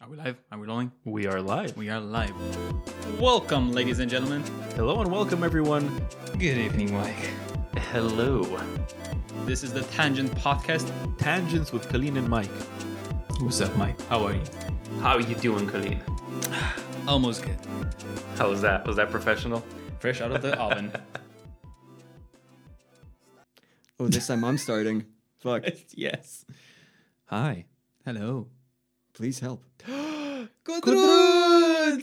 Are we live? Are we rolling? We are live. We are live. Welcome, ladies and gentlemen. Hello and welcome, everyone. Good evening, Mike. Hello. This is the Tangent Podcast. Tangents with Colleen and Mike. What's up, Mike? How are you? How are you doing, Colleen? Almost good. How was that? Was that professional? Fresh out of the oven. Oh, this time I'm starting. Fuck. yes. Hi. Hello. Please help. Gudrun!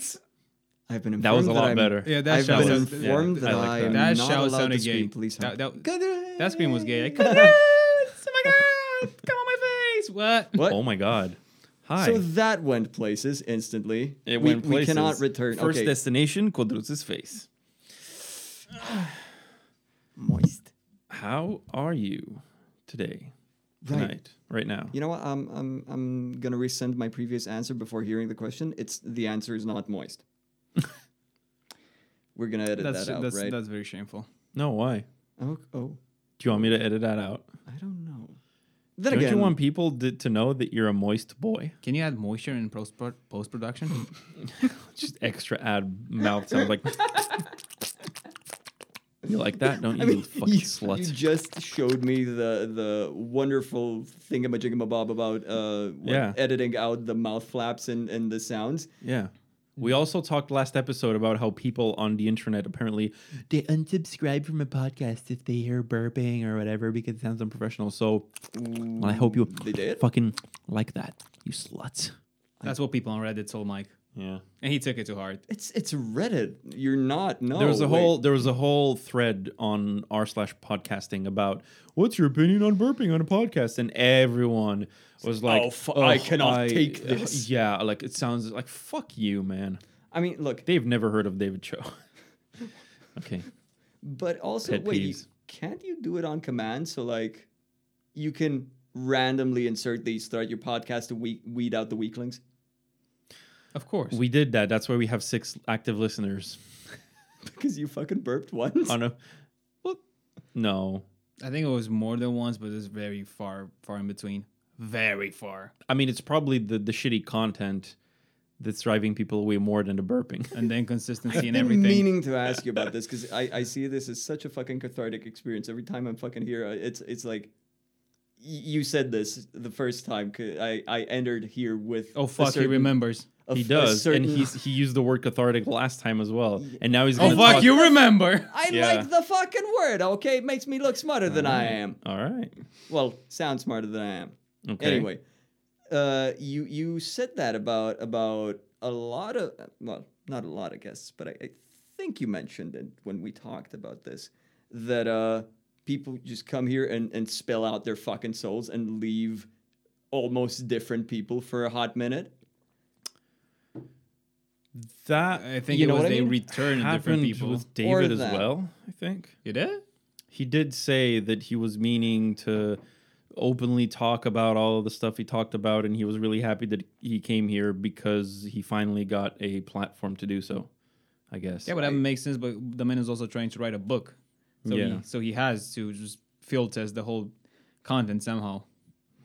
I've been informed That was a lot I'm- better. Yeah, that I've shout been sounds- informed yeah, that I like I, that. am That not shout allowed sounded to gay. scream. Please help. That, that, Gudrun. that scream was gay. Like, Gudrun! Oh my god! Come on my face! What? What? Oh my God. Hi. So that went places instantly. it we, went we places. cannot return. First okay. destination, Kodruz's face. moist. How are you today? Right. Tonight. Right now. You know what? I'm I'm I'm gonna resend my previous answer before hearing the question. It's the answer is not moist. We're gonna edit That's, that out, that's, right? that's very shameful. No, why? Oh, oh, Do you want me to edit that out? I don't know. Then Don't again, you want people to, to know that you're a moist boy? Can you add moisture in post post production? Just extra add mouth sounds like. you like that, don't you, I you mean, fucking you, slut? you just showed me the the wonderful thingamajiggamabob about uh, what- Yeah. editing out the mouth flaps and, and the sounds. Yeah. We also talked last episode about how people on the internet apparently they unsubscribe from a podcast if they hear burping or whatever because it sounds unprofessional. So well, I hope you They did? fucking like that, you sluts. that's what people on Reddit told Mike. Yeah. And he took it to heart. It's it's Reddit. You're not no. There was a Oh, wait. whole there was a whole thread on r slash podcasting about what's your opinion on burping on a podcast, and everyone was like, "Oh, fu- I "Ugh, cannot take this." Yeah, like it sounds like fuck you, man. I mean, look, They've never heard of David Cho. okay, but also Pet wait, you- peeves. can't you do it on command? So like, you can randomly insert these throughout your podcast to we- weed out the weaklings. Of course. we did that. That's why we have six active listeners Because you fucking burped once. on a. Well, no, I think it was more than once, but it's very far, far in between. Very far. I mean it's probably the the shitty content that's driving people away more than the burping. And then consistency and I've everything. been meaning to ask you about this because I, I see this as such a fucking cathartic experience. Every time I'm fucking here, I- it's it's like y- you said this the first time. 'cause I I entered here with oh a fuck, he certain- remembers. a He f- a does, certain- and he's he used the word cathartic last time as well, and now he's Oh gonna fuck, talk- you remember. I Yeah. like the fucking word. Okay, it makes me look smarter than I am. All right. Well, sound smarter than I am. Okay. Anyway, uh, you you said that about about a lot of well, not a lot of guests, but I, I think you mentioned it when we talked about this that uh, people just come here and and spill out their fucking souls and leave almost different people for a hot minute. that I think You it know was what I they mean? return to different happened people. with David as that. well. I think you did? he did say that he was meaning to openly talk about all of the stuff he talked about, and he was really happy that he came here because he finally got a platform to do so. I guess. Yeah, but that makes sense. But the man is also trying to write a book, so Yeah. he, so he has to just field test the whole content somehow,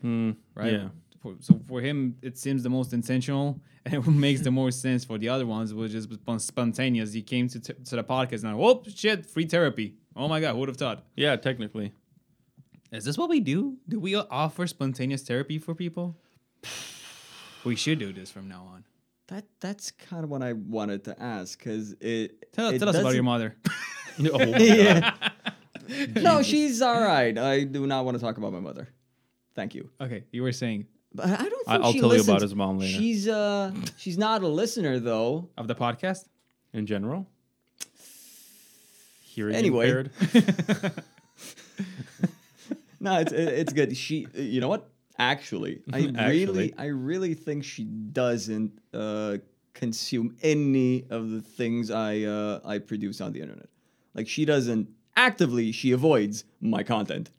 Hmm, right? Yeah. For, so for him, it seems the most intentional, and it makes the most sense. For the other ones, was just spon- spontaneous. He came to, t- to the podcast and oh shit, free therapy. Oh my god, who would have thought? Yeah, technically. Is this what we do? Do we offer spontaneous therapy for people? we should do this from now on. That that's kind of what I wanted to ask because it. Tell, it tell us about your doesn't- mother. Oh my God. Yeah. no, she's all right. I do not want to talk about my mother. Thank you. Okay, you were saying But I don't think I- I'll she tell you about listens. his mom later. She's uh she's not a listener though. of the podcast. In general. Hearing Anyway. impaired. No, it's it- it's good. She you know what? Actually, I Actually. really I really think she doesn't uh consume any of the things I uh I produce on the internet. Like she doesn't actively she avoids my content.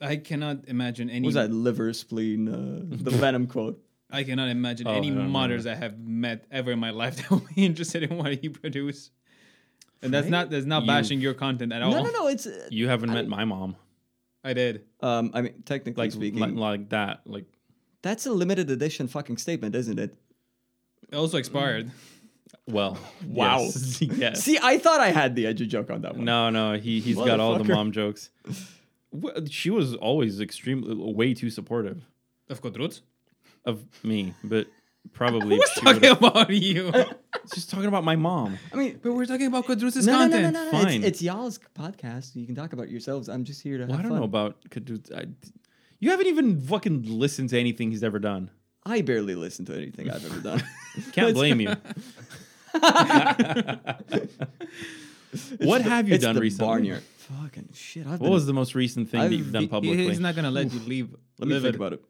I cannot imagine any. What was that Mm. liver spleen uh, the venom quote? I cannot imagine Oh, any I don't mothers I have met ever in my life that will be interested in what you produce. And that's not that's not You- bashing your content at all. No, no, no, it's uh, You haven't met my mom. I did. um I mean technically Like, speaking like like that. Like That's a limited edition fucking statement, isn't it? It also expired. Well, Wow. yes. yes. See, I thought I had the edgy joke on that one. No, no, he he's got all the Motherfucker. mom jokes. Wha- She was always extremely way too supportive Of Kotrut? of me, but probably Who's she talking would've- about you? she's talking about my mom. I mean, but we're talking about Kodrut's Uh, no, no, no, content. no, no, no. fine. It's, it's y'all's podcast. You can talk about yourselves. I'm just here to. Well, have I don't fun. know about Kadut. I, you haven't even fucking listened to anything he's ever done. I barely listen to anything I've ever done. Can't blame you. what have you it's done the recently? Barnyard. Fucking shit. I've What been was the most recent thing that I've- you've done he- publicly? He's not gonna let you leave. Let me live think it. about it.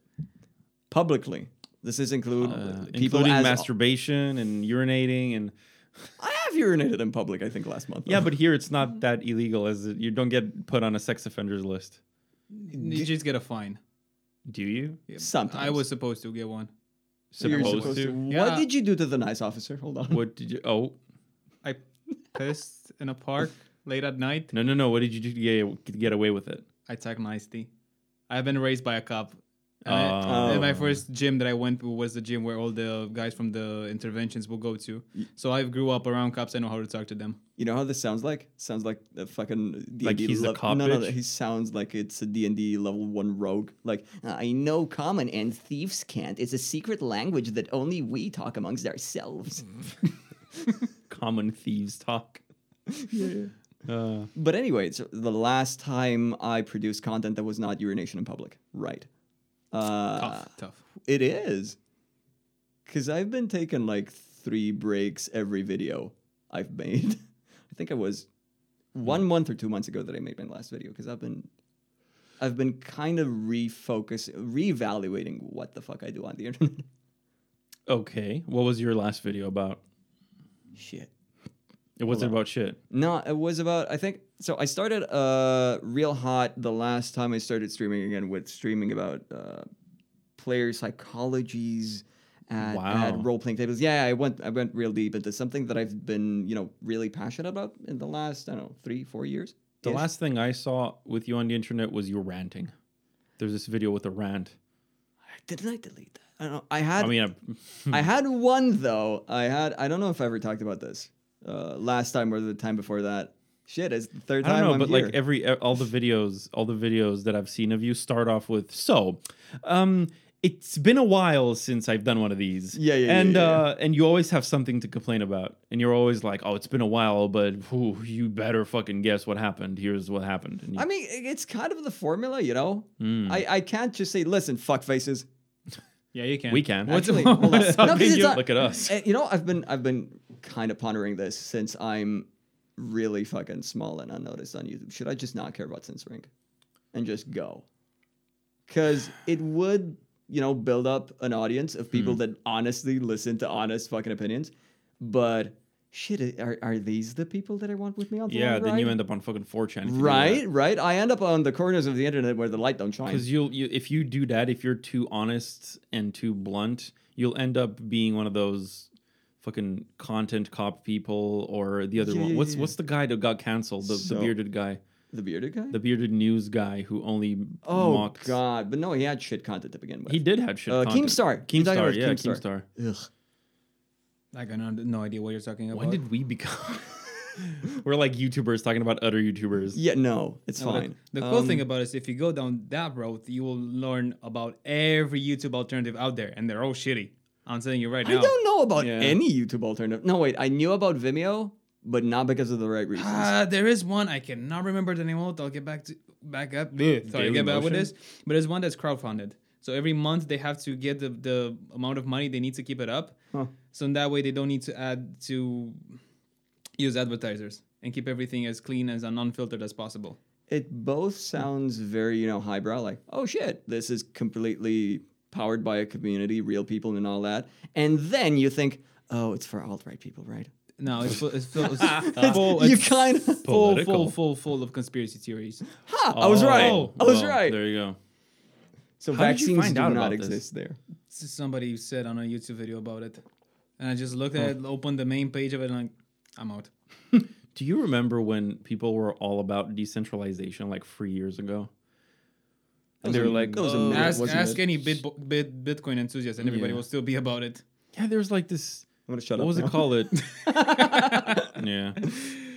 Publicly, this is include Uh, people including as- masturbation and urinating and I have urinated in public. I think last month. yeah, but here it's not that illegal as it, you don't get put on a sex offenders list. You just get a fine. Do you? Yeah, Sometimes. I was supposed to get one. You're Supposed, to. Yeah. What did you do to the nice officer? Hold on. What did you? Oh I pissed in a park late at night. no no no! What did you do to get, to get away with it? I took my tea. I've been raised by a cop. And Oh. I, and my first gym that I went to was the gym where all the guys from the interventions will go to. So I grew up around cops. I know how to talk to them. You know how this sounds like? Sounds like a fucking D&D Like he's a lev- cop No, no, no. bitch? He sounds like it's a D&D level 1 rogue. Like, I know common and thieves can't. It's a secret language that only we talk amongst ourselves. Mm-hmm. Common thieves talk. yeah. Uh, but anyway, it's the last time I produced content that was not urination in public. Right. Uh, Tough, tough. It is. Because I've been taking like three breaks every video I've made. I think I was one month or two months ago that I made my last video because I've been. I've been kind of refocus, reevaluating what the fuck I do on the internet. okay. What was your last video about? Shit. It wasn't about shit. No, it was about I think so. I started uh real hot the last time I started streaming again with streaming about uh player psychologies at, Wow. at role playing tables. Yeah, I went I went real deep into something that I've been you know really passionate about in the last I don't know three four years. The last thing I saw with you on the internet was you ranting. There's this video with a rant. didn't I delete that? I don't know. I had I mean, hmm. I, I had one though. I had I don't know if I ever talked about this uh last time or the time before that. Shit, it's the third I don't time know, I'm but here. like every e, all the videos, all the videos that I've seen of you start off with so. Um, it's been a while since I've done one of these. Yeah, yeah, yeah, and yeah, uh, and you always have something to complain about, and you're always like, "Oh, it's been a while, but whew, you better fucking guess what happened. Here's what happened." And you- "Hmm, I mean, i- it's kind of the formula, you know. I, I can't just say, listen, fuck faces. Yeah, you can. we can. What's Actually, hold on. what's up No, 'cause with it's you? not- Look at us. Eh, You know, I've been I've been kind of pondering this since I'm really fucking small and unnoticed on YouTube. Should I just not care about censoring and just go? Because it would, you know, build up an audience of people Hmm. that honestly listen to honest fucking opinions. But shit, are, are these the people that I want with me on the Yeah, long then ride? you end up on fucking 4chan. if you do that. Right, right. I end up on the corners of the internet where the light don't shine. Because you'll you, if you do that, if you're too honest and too blunt, you'll end up being one of those fucking content cop people or the other Yeah, one. yeah, What's yeah. what's the guy that got canceled? The, So- the bearded guy, The bearded guy. the bearded news guy who only Oh mocks. God! But no, he had shit content to begin with. He did have shit. Uh, content. Keemstar. You're talking Keemstar, about yeah, Keemstar. Keemstar. Ugh. I got no, no idea what you're talking about. When did we become? We're like YouTubers talking about other YouTubers. Yeah, no, it's No, the- fine. The, cool Um, thing about it is if you go down that road, you will learn about every YouTube alternative out there, and they're all shitty. I'm telling you right I now. don't know about Yeah. any YouTube alternative. No, wait, I knew about Vimeo, but not because of the right reasons. Ah. Uh, there is one I cannot remember the name of. it. I'll get back to back up. Ugh, sorry, Daily get back with Motion? this. But there's one that's crowdfunded. So every month they have to get the, the amount of money they need to keep it up. Huh. So in that way they don't need to add to use advertisers and keep everything as clean as and unfiltered as possible. it both sounds very you know highbrow, like oh shit, this is completely powered by a community, real people, and all that. And then you think, oh, it's for alt right people, right? No, it's full, it's full, it's full, you it's kind of. full, Political. full, full, full of conspiracy theories. Ha! I was right. Oh, I was well, right. There you go. So How did you vaccines find do out not about this? exist there. S- Somebody said on a YouTube video about it, and I just looked at it, opened the main page of it, and like, I'm out. Do you remember when people were all about decentralization like three years ago? And they were like, That was a "Oh, minute, ask wasn't ask it?" any bit, bit Bitcoin enthusiast, and everybody Yeah. will still be about it. Yeah, there was like this. I'm gonna shut What up. was now. it called? It. yeah.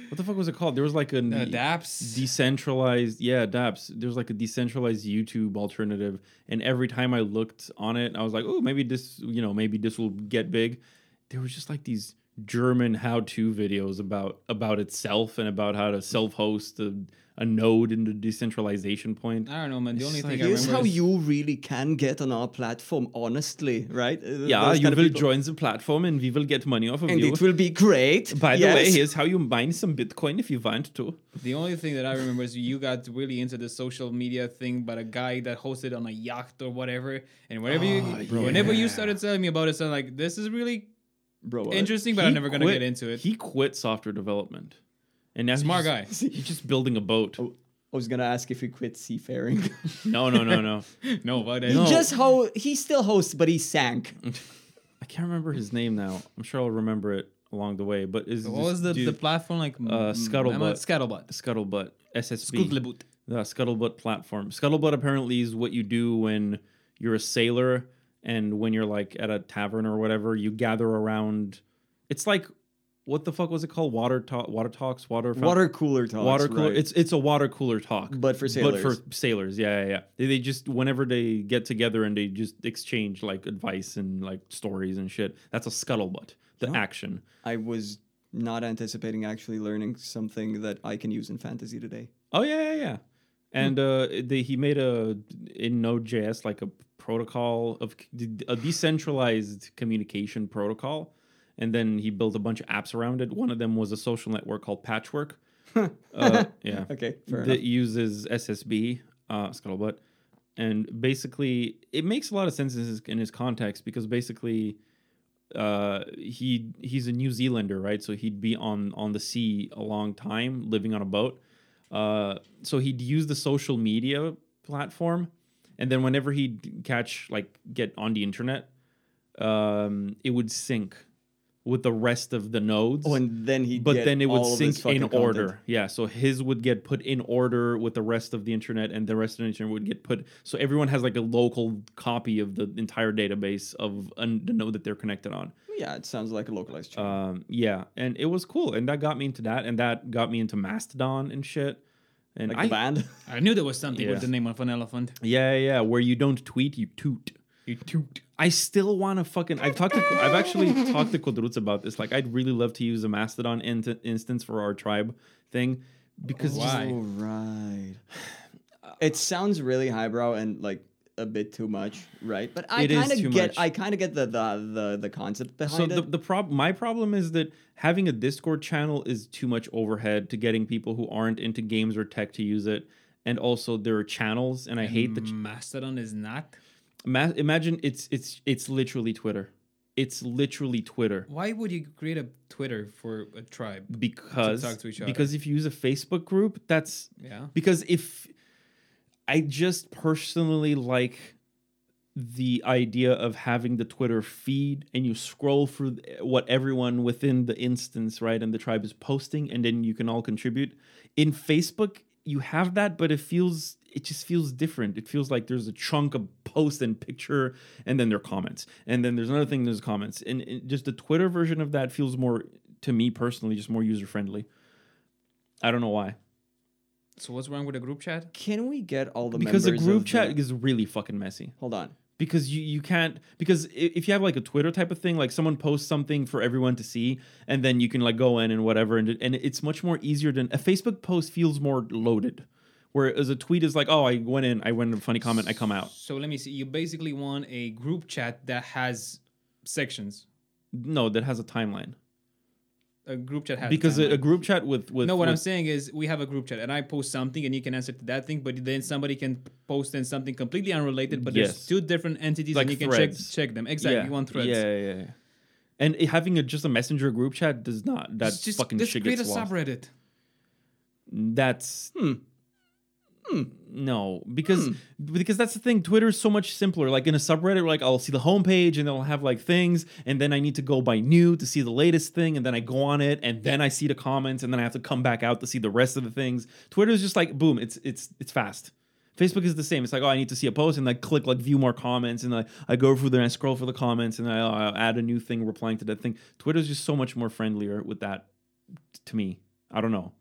What the fuck was it called? There was like an The DApps. decentralized yeah dapps there's like a decentralized youtube alternative and every time i looked on it i was like oh maybe this you know maybe this will get big there was just like these german how-to videos about about itself and about how to self-host a, a node into decentralization point I don't know, man. The only It's thing like- I Here's Here's remember how is you really can get on our platform, honestly, right? Uh, yeah those you kind of will people. join the platform and we will get money off of and you it will be great. by the yes. way here's how you mine some bitcoin if you want to the only thing that I remember is you got really into the social media thing, but a guy that hosted on a yacht or whatever, and whenever Oh, you, whenever you yeah. started telling me about it, so I'm like, this is really bro, uh, interesting, but I'm He never gonna quit- get into it. He quit software development, and now Smart he's just, He's just building a boat. Oh. I was gonna ask if he quit seafaring. No, no, no, no. no, but He No. just ho- he still hosts, but he sank. I can't remember his name now. I'm sure I'll remember it along the way. But is what was the, the platform like? Mm, Uh, Scuttlebutt. Scuttlebutt. Scuttlebutt SSB? Scuttlebutt. The Scuttlebutt platform. Scuttlebutt apparently is what you do when you're a sailor and when you're like at a tavern or whatever. You gather around. It's like what the fuck was it called? Water talk. Water talks. Water. fountain- Water cooler talks. water cooler. right. It's it's a water cooler talk, But for But sailors. for sailors, yeah, yeah, yeah. They, they just whenever they get together and they just exchange like advice and like stories and shit. That's a scuttlebutt. The action. I was not anticipating actually learning something that I can use in fantasy today. Oh yeah, yeah, yeah. And Hmm. uh, they, he made a in Node.js like a protocol of c- a decentralized communication protocol, and then he built a bunch of apps around it. One of them was a social network called Patchwork. uh, yeah. Okay, fair that enough. uses SSB, uh, Scuttlebutt, and basically it makes a lot of sense in his, in his context because basically uh, he he's a New Zealander, right? So he'd be on on the sea a long time, living on a boat. Uh, so he'd use the social media platform, and then whenever he'd catch like get on the internet, um, it would sync with the rest of the nodes Oh, and then he. but get then it would all of his sync in fucking order. content. Yeah, so his would get put in order with the rest of the internet, and the rest of the internet would get put. So everyone has like a local copy of the entire database of an, the node that they're connected on. Yeah, it sounds like a localized. channel. Um, yeah, and it was cool, and that got me into that, and that got me into Mastodon and shit. And like I, the band. I knew there was something Yeah. with the name of an elephant. yeah, yeah, where you don't tweet, you toot. You toot. I still want to fucking. I've talked. To, I've actually talked to Kodruts about this. Like, I'd really love to use a Mastodon in- instance for our tribe thing because just- Why? Oh, right. It sounds really highbrow and like a bit too much, right? But I It is kind too of get, much. I kind of get the, the the the concept so behind the, it. the problem my problem is that having a discord channel is too much overhead to getting people who aren't into games or tech to use it and also there are channels and i hate Mm. the ch- Mastodon is not. ma- imagine it's it's it's literally twitter it's literally twitter Why would you create a Twitter for a tribe? because talk to each because if you use a facebook group that's Yeah. because if i just personally like the idea of having the twitter feed and you scroll through what everyone within the instance right and the tribe is posting and then you can all contribute in facebook you have that but it feels it just feels different it feels like there's a chunk of post and picture and then there are comments and then there's another thing there's comments and, and just the twitter version of that feels more to me personally just more user friendly i don't know why So what's wrong with a group chat? Can we get all the because the members group of chat the- is really fucking messy hold on. because you you can't because i- if you have like a twitter type of thing like someone posts something for everyone to see and then you can like go in and whatever and, and it's much more easier than a facebook post feels more loaded whereas a tweet is like oh i went in i went in a funny comment i come out So let me see. You basically want a group chat that has sections. no that has a timeline A group chat has because a, a, a timeline. group chat with with no, what I'm with- saying is we have a group chat, and I post something, and you can answer to that thing. But then somebody can post in something completely unrelated. But Yes. there's two different entities, Like and you threads. can check check them. Exactly, you want threads. yeah yeah, yeah. and it- having a just a messenger group chat does not that Just, just, fucking just shit create a gets lost. subreddit. That's No, because because that's the thing. Twitter is so much simpler. Like in a subreddit, like I'll see the homepage and it'll have like things, and then I need to go by new to see the latest thing, and then I go on it, and then I see the comments, and then I have to come back out to see the rest of the things. Twitter is just like boom, it's it's it's fast. Facebook is the same. It's like, oh, I need to see a post, and I click like view more comments, and I, I go through there and I scroll for the comments, and I, I'll add a new thing replying to that thing. Twitter's just so much more friendlier with that t- to me. I don't know.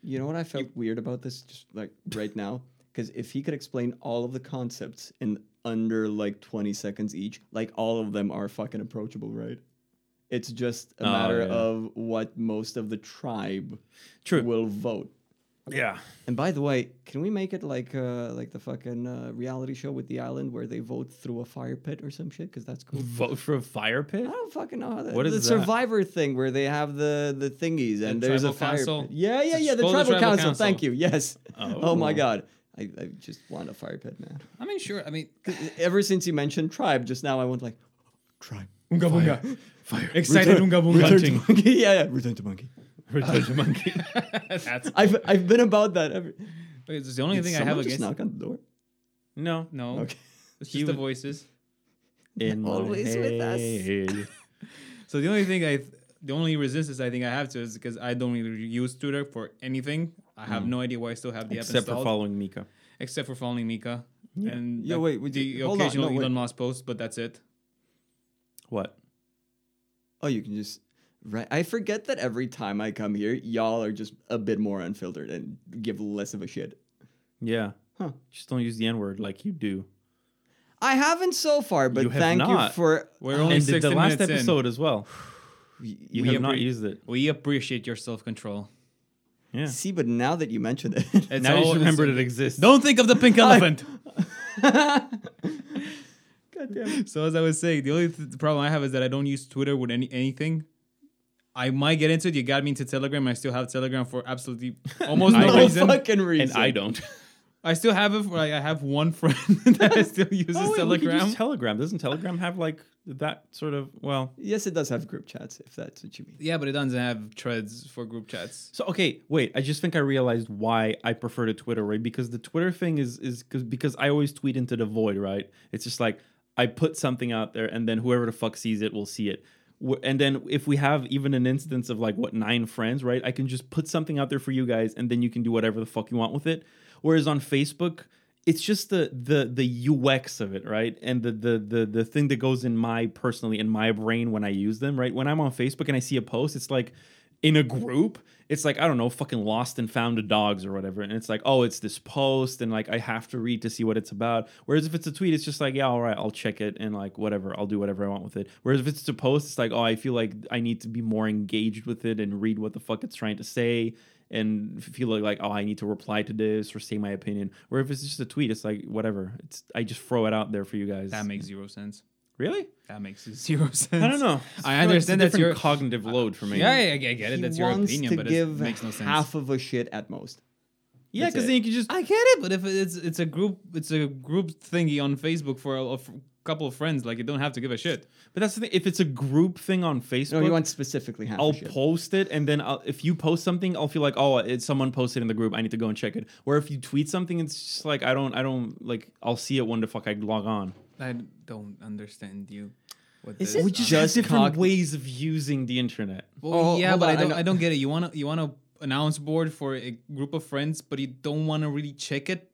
You know what I felt weird about this, just like right now, because if he could explain all of the concepts in under like twenty seconds each, like all of them are fucking approachable, right? It's just a Oh, matter yeah. of what most of the tribe True. will vote. yeah. And by the way, can we make it like uh, like the fucking uh, reality show with the island where they vote through a fire pit or some shit? Because that's cool. Vote for a fire pit? I don't fucking know how that. What is the that? Survivor thing where they have the the thingies and there's a tribal fire. council? Pit. Yeah, yeah, yeah. The called the tribal, tribal council. council. Thank you. Yes. Oh, Oh. my god, I, I just want a fire pit, man. I mean, sure. I mean, 'Cause Ever since you mentioned tribe just now, I went like tribe. Unga Fire. Bunga. Fire. Excited Unga Return Bunga. to monkey. Yeah, yeah. Return to monkey. Return to monkey. That's I've I've been about that. Every, it's the only Did thing I have someone just against. Oh. knock on the door. No. No, Okay. it's He just the was- voices. In my Always with us. head. So the only thing I, the only resistance I think I have to is because I don't really use Twitter for anything. I have no idea why I still have the app Mm. Except for installed, following Mika. except for following Mika and Yeah, the- wait, would the you- hold on, occasional no, wait. Elon Musk post, but that's it. What? Oh, you can just right. I forget that every time I come here, y'all are just a bit more unfiltered and give less of a shit. Yeah. Huh. Just don't use the N word like you do. I haven't so far, but You have thank you not. for. We're only Ah, and the- 60 the last minutes in. episode as well. You We have not appre- used it. We appreciate your self control. Yeah. See, but now that you mentioned it, It's now all- you remember it's- it exists. Don't think of the pink elephant. God damn it. so as I was saying, the only th- the problem I have is that I don't use Twitter with any anything. I might get into it. You got me into Telegram. I still have Telegram for absolutely almost I no don't. No reason. fucking reason. And I don't. I still have it. For, like, I have one friend that I still uses Oh, wait, we could Telegram. use Telegram. Doesn't Telegram have like that sort of well? Yes, it does have group chats, if that's what you mean. yeah, but it doesn't have threads for group chats. So okay, wait. I just think I realized why I prefer to Twitter, right? Because the Twitter thing is is cause, because I always tweet into the void, right? It's just like I put something out there, and then whoever the fuck sees it will see it. Wh- And then if we have even an instance of like what nine friends, right? I can just put something out there for you guys, and then you can do whatever the fuck you want with it. Whereas on Facebook, it's just the the the UX of it, right? And the the the the thing that goes in my personally in my brain when I use them, right? When I'm on Facebook and I see a post, it's like in a group, it's like I don't know, fucking lost and found a dogs or whatever, and it's like oh, it's this post, and like I have to read to see what it's about. Whereas if it's a tweet, it's just like yeah, all right, I'll check it and like whatever, I'll do whatever I want with it. Whereas if it's a post, it's like oh, I feel like I need to be more engaged with it and read what the fuck it's trying to say and feel like, like oh i need to reply to this or say my opinion or if it's just a tweet it's like whatever it's i just throw it out there for you guys That makes zero sense. really That makes zero sense. i don't know I It's understand a that's different your- cognitive load for me Yeah, yeah, I get I get it. He That's your wants opinion, to but it give makes no sense. half of a shit at most. yeah That's because it. then you can just I get it, but if it's it's a group it's a group thingy on Facebook for a, a f- couple of friends, like you don't have to give a shit. but that's the thing if it's a group thing on facebook No, you want specifically half I'll a shit. post it, and then I'll, if you post something, I'll feel like, oh, it's someone posted in the group. I need to go and check it. Where if you tweet something, it's just like I don't, I don't like. I'll see it when the fuck I log on. I don't understand you. With Is this. We it- Which, just, Just have different cogn- ways of using the internet. well, Oh, yeah, hold but on, I I don't know- I don't get it. You want to you want to announce board for a group of friends, but you don't want to really check it.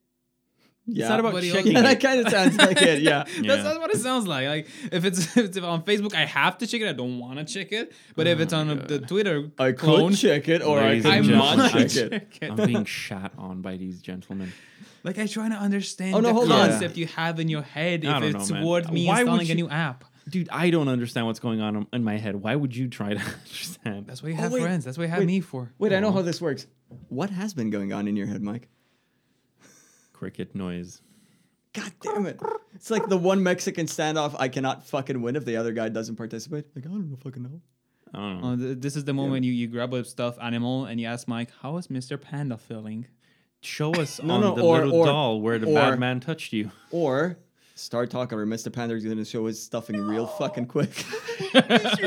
yeah. It's not about But he checking. only- yeah, it. that kind of sounds like it. Yeah. That's, Yeah. that's what it sounds like. Like if it's, if it's on Facebook, I have to check it. I don't want to check it. But if it's on a, the Twitter I could clone, check it, or Ladies I I and could not might gentlemen, check it. I'm being shat on by these gentlemen. Like I'm trying to understand Oh, no, the hold on. concept you have in your head. I If don't know, it's man. worth me Why would installing a you- new app. Dude, I don't understand what's going on in my head. Why would you try to understand? That's what you Oh, have wait, friends. That's what you have me wait, for. Wait, I know how this works. What has been going on in your head, Mike? cricket noise. God damn it. It's like the one Mexican standoff I cannot fucking win if the other guy doesn't participate. Like, I don't know, fucking know. I don't know. Uh, th- this is the moment you, you grab a stuffed animal and you ask Mike, "How is Mr. Panda feeling?" Show us No, on no, the or- little or- doll where the or- bad man touched you. Or start talking or Mr. Pander's gonna show his stuffing real fucking quick.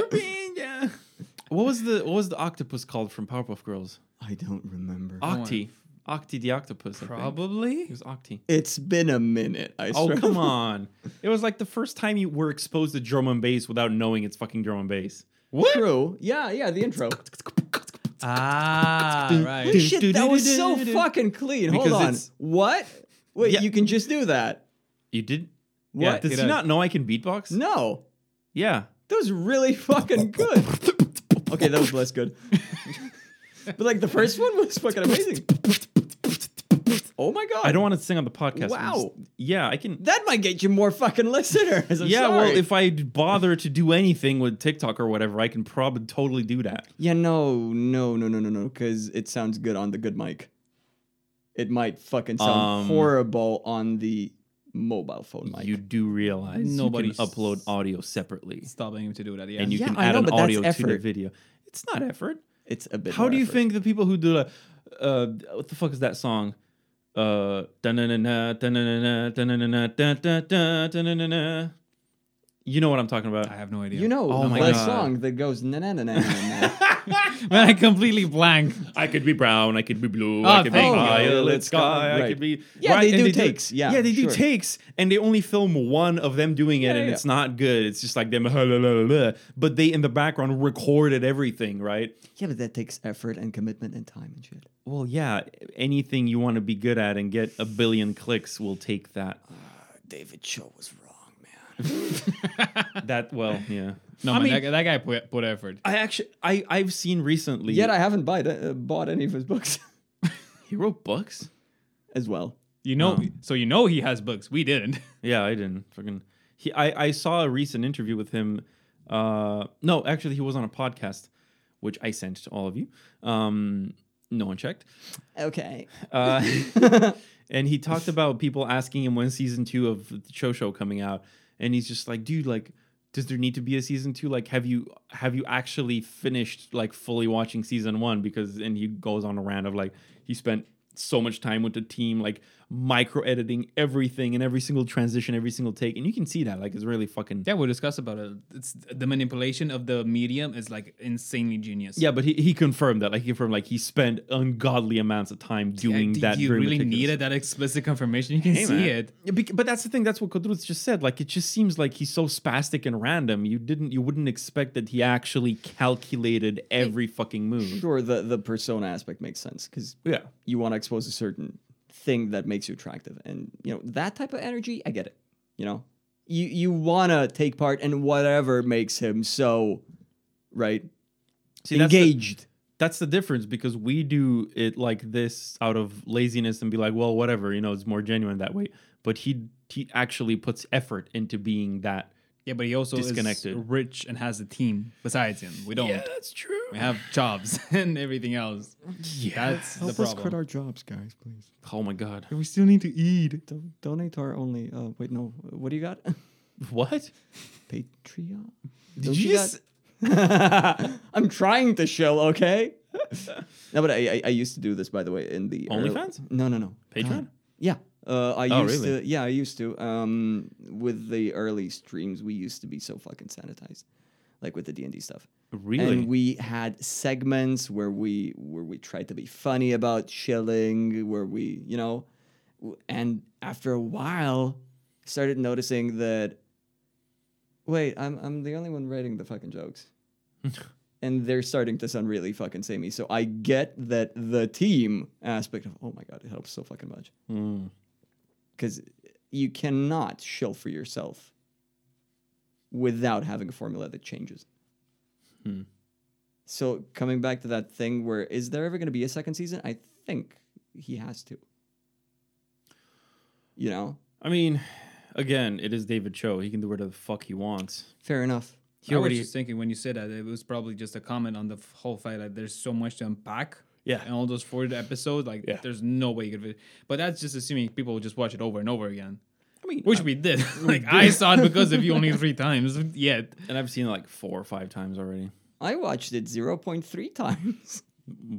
What was the what was the octopus called from Powerpuff Girls? I don't remember. Octi. Octi the octopus. I think. It Probably. was Octi. It's been a minute. I Oh swear. come on! It was like the first time you were exposed to drum and bass without knowing it's fucking drum and bass. True. Yeah, yeah, the intro. Ah, right. Shit, that was so Ah, Do-do-do-do-do. fucking clean. Hold Because on. it's- What? Wait, Yeah. you can just do that. You did? Yeah, What? Does it he does. not know I can beatbox? No, Yeah. that was really fucking good. Okay, that was less good. but like the first one was fucking amazing. Oh my god! I don't want to sing on the podcast. I'm Wow. just- yeah, I can. That might get you more fucking listeners. I'm yeah, well, sorry. if I bother to do anything with TikTok or whatever, I can probably totally do that. yeah, no, no, no, no, no, no, because it sounds good on the good mic. It might fucking sound Um, horrible on the mobile phone mic. You do realize Nobody nobody you can upload audio separately, stopping him to do that. Yeah. and you Yeah, can I add know, an but that's audio to the effort. video. It's not effort. it's a bit. How more do you effort. think the people who do the, uh, what the fuck is that song? Uh, da-na-na-na, da-na-na-na, da-na-na-na, da-da-da, da-na-na-na. You know what I'm talking about. I have no idea. You know Oh the my whole God. song that goes na na na na na. na. man, I completely blank. I could be brown, I could be blue, Oh, I could be thank you. Ah, violet Violet sky, sky, I right. could be Yeah, they and do takes, yeah, yeah, they do sure. takes, and they only film one of them doing it, Yeah, and yeah, it's not good. It's just like them, "Huh, la, la, la, la." but they in the background recorded everything, right? yeah, but that takes effort and commitment and time and shit. Well, yeah, anything you want to be good at and get a billion clicks will take that. David Cho was wrong, man. That well, yeah. No, I man, mean, that, that guy put, put effort. I actually, I I've seen recently. Yet I haven't bought uh, bought any of his books he wrote books. as well. You know, Wow. so you know he has books. We didn't. Yeah, I didn't fucking. He, I, I saw a recent interview with him. Uh, no, actually, he was on a podcast, which I sent to all of you. Um, no one checked. Okay. Uh, and he talked about people asking him when season two of the Cho Show coming out, and he's just like, dude, like, does there need to be a season two? Like, have you have you actually finished like fully watching season one? Because and he goes on a rant of like he spent so much time with the team, like micro editing everything and every single transition, every single take, and you can see that like it's really fucking. Yeah, we'll discuss about it. It's the manipulation of the medium is like insanely genius. Yeah, but he, he confirmed that. Like he confirmed like he spent ungodly amounts of time Yeah, doing do that. you very really meticulous- needed that explicit confirmation? You can Hey, see man. it. Yeah, bec- But that's the thing. That's what Kodruz just said. Like it just seems like he's so spastic and random. You didn't. You wouldn't expect that he actually calculated every fucking move. Sure, the, the persona aspect makes sense because Yeah. you want to expose a certain thing that makes you attractive. And, you know, that type of energy, I get it. You know, you, you want to take part in whatever makes him so, right? See, that's the- Engaged. That's the difference because we do it like this out of laziness and be like, well, whatever. You know, it's more genuine that way. But he he actually puts effort into being that. Yeah, but he also Disconnected. is rich and has a team besides him. We don't. that's true. We have jobs and everything else. Yeah, that's the problem. our jobs, guys, please. Oh my god. We still need to eat. Don- donate to our only. Uh, wait, no. What do you got? What? Patreon? Did you just? I'm trying to shill, okay? no, but I, I I used to do this by the way in the early- OnlyFans? No, no, no. Patreon? God. Yeah. Uh, I Oh, used really? to. Yeah, I used to. Um, with the early streams, we used to be so fucking sanitized, like with the D and D stuff. Really? And we had segments where we where we tried to be funny about chilling, where we, you know, w- and after a while, started noticing that. Wait, I'm I'm the only one writing the fucking jokes. And they're starting to sound really fucking samey. So I get that the team aspect of oh my god, it helps so fucking much Mm. because you cannot shill for yourself without having a formula that changes. Hmm. So coming back to that thing where is there ever going to be a second season? I think he has to. You know, I mean, again, it is David Cho. He can do whatever the fuck he wants. fair enough. He I was already. just thinking when you said that it was probably just a comment on the f- whole fact that there's so much to unpack. Yeah. And all those four episodes, like, Yeah. there's no way you could. fit- But that's just assuming people will just watch it over and over again, I mean, which we did. like, I saw it because of you only three times yet. and I've seen it like four or five times already. I watched it 0.3 times.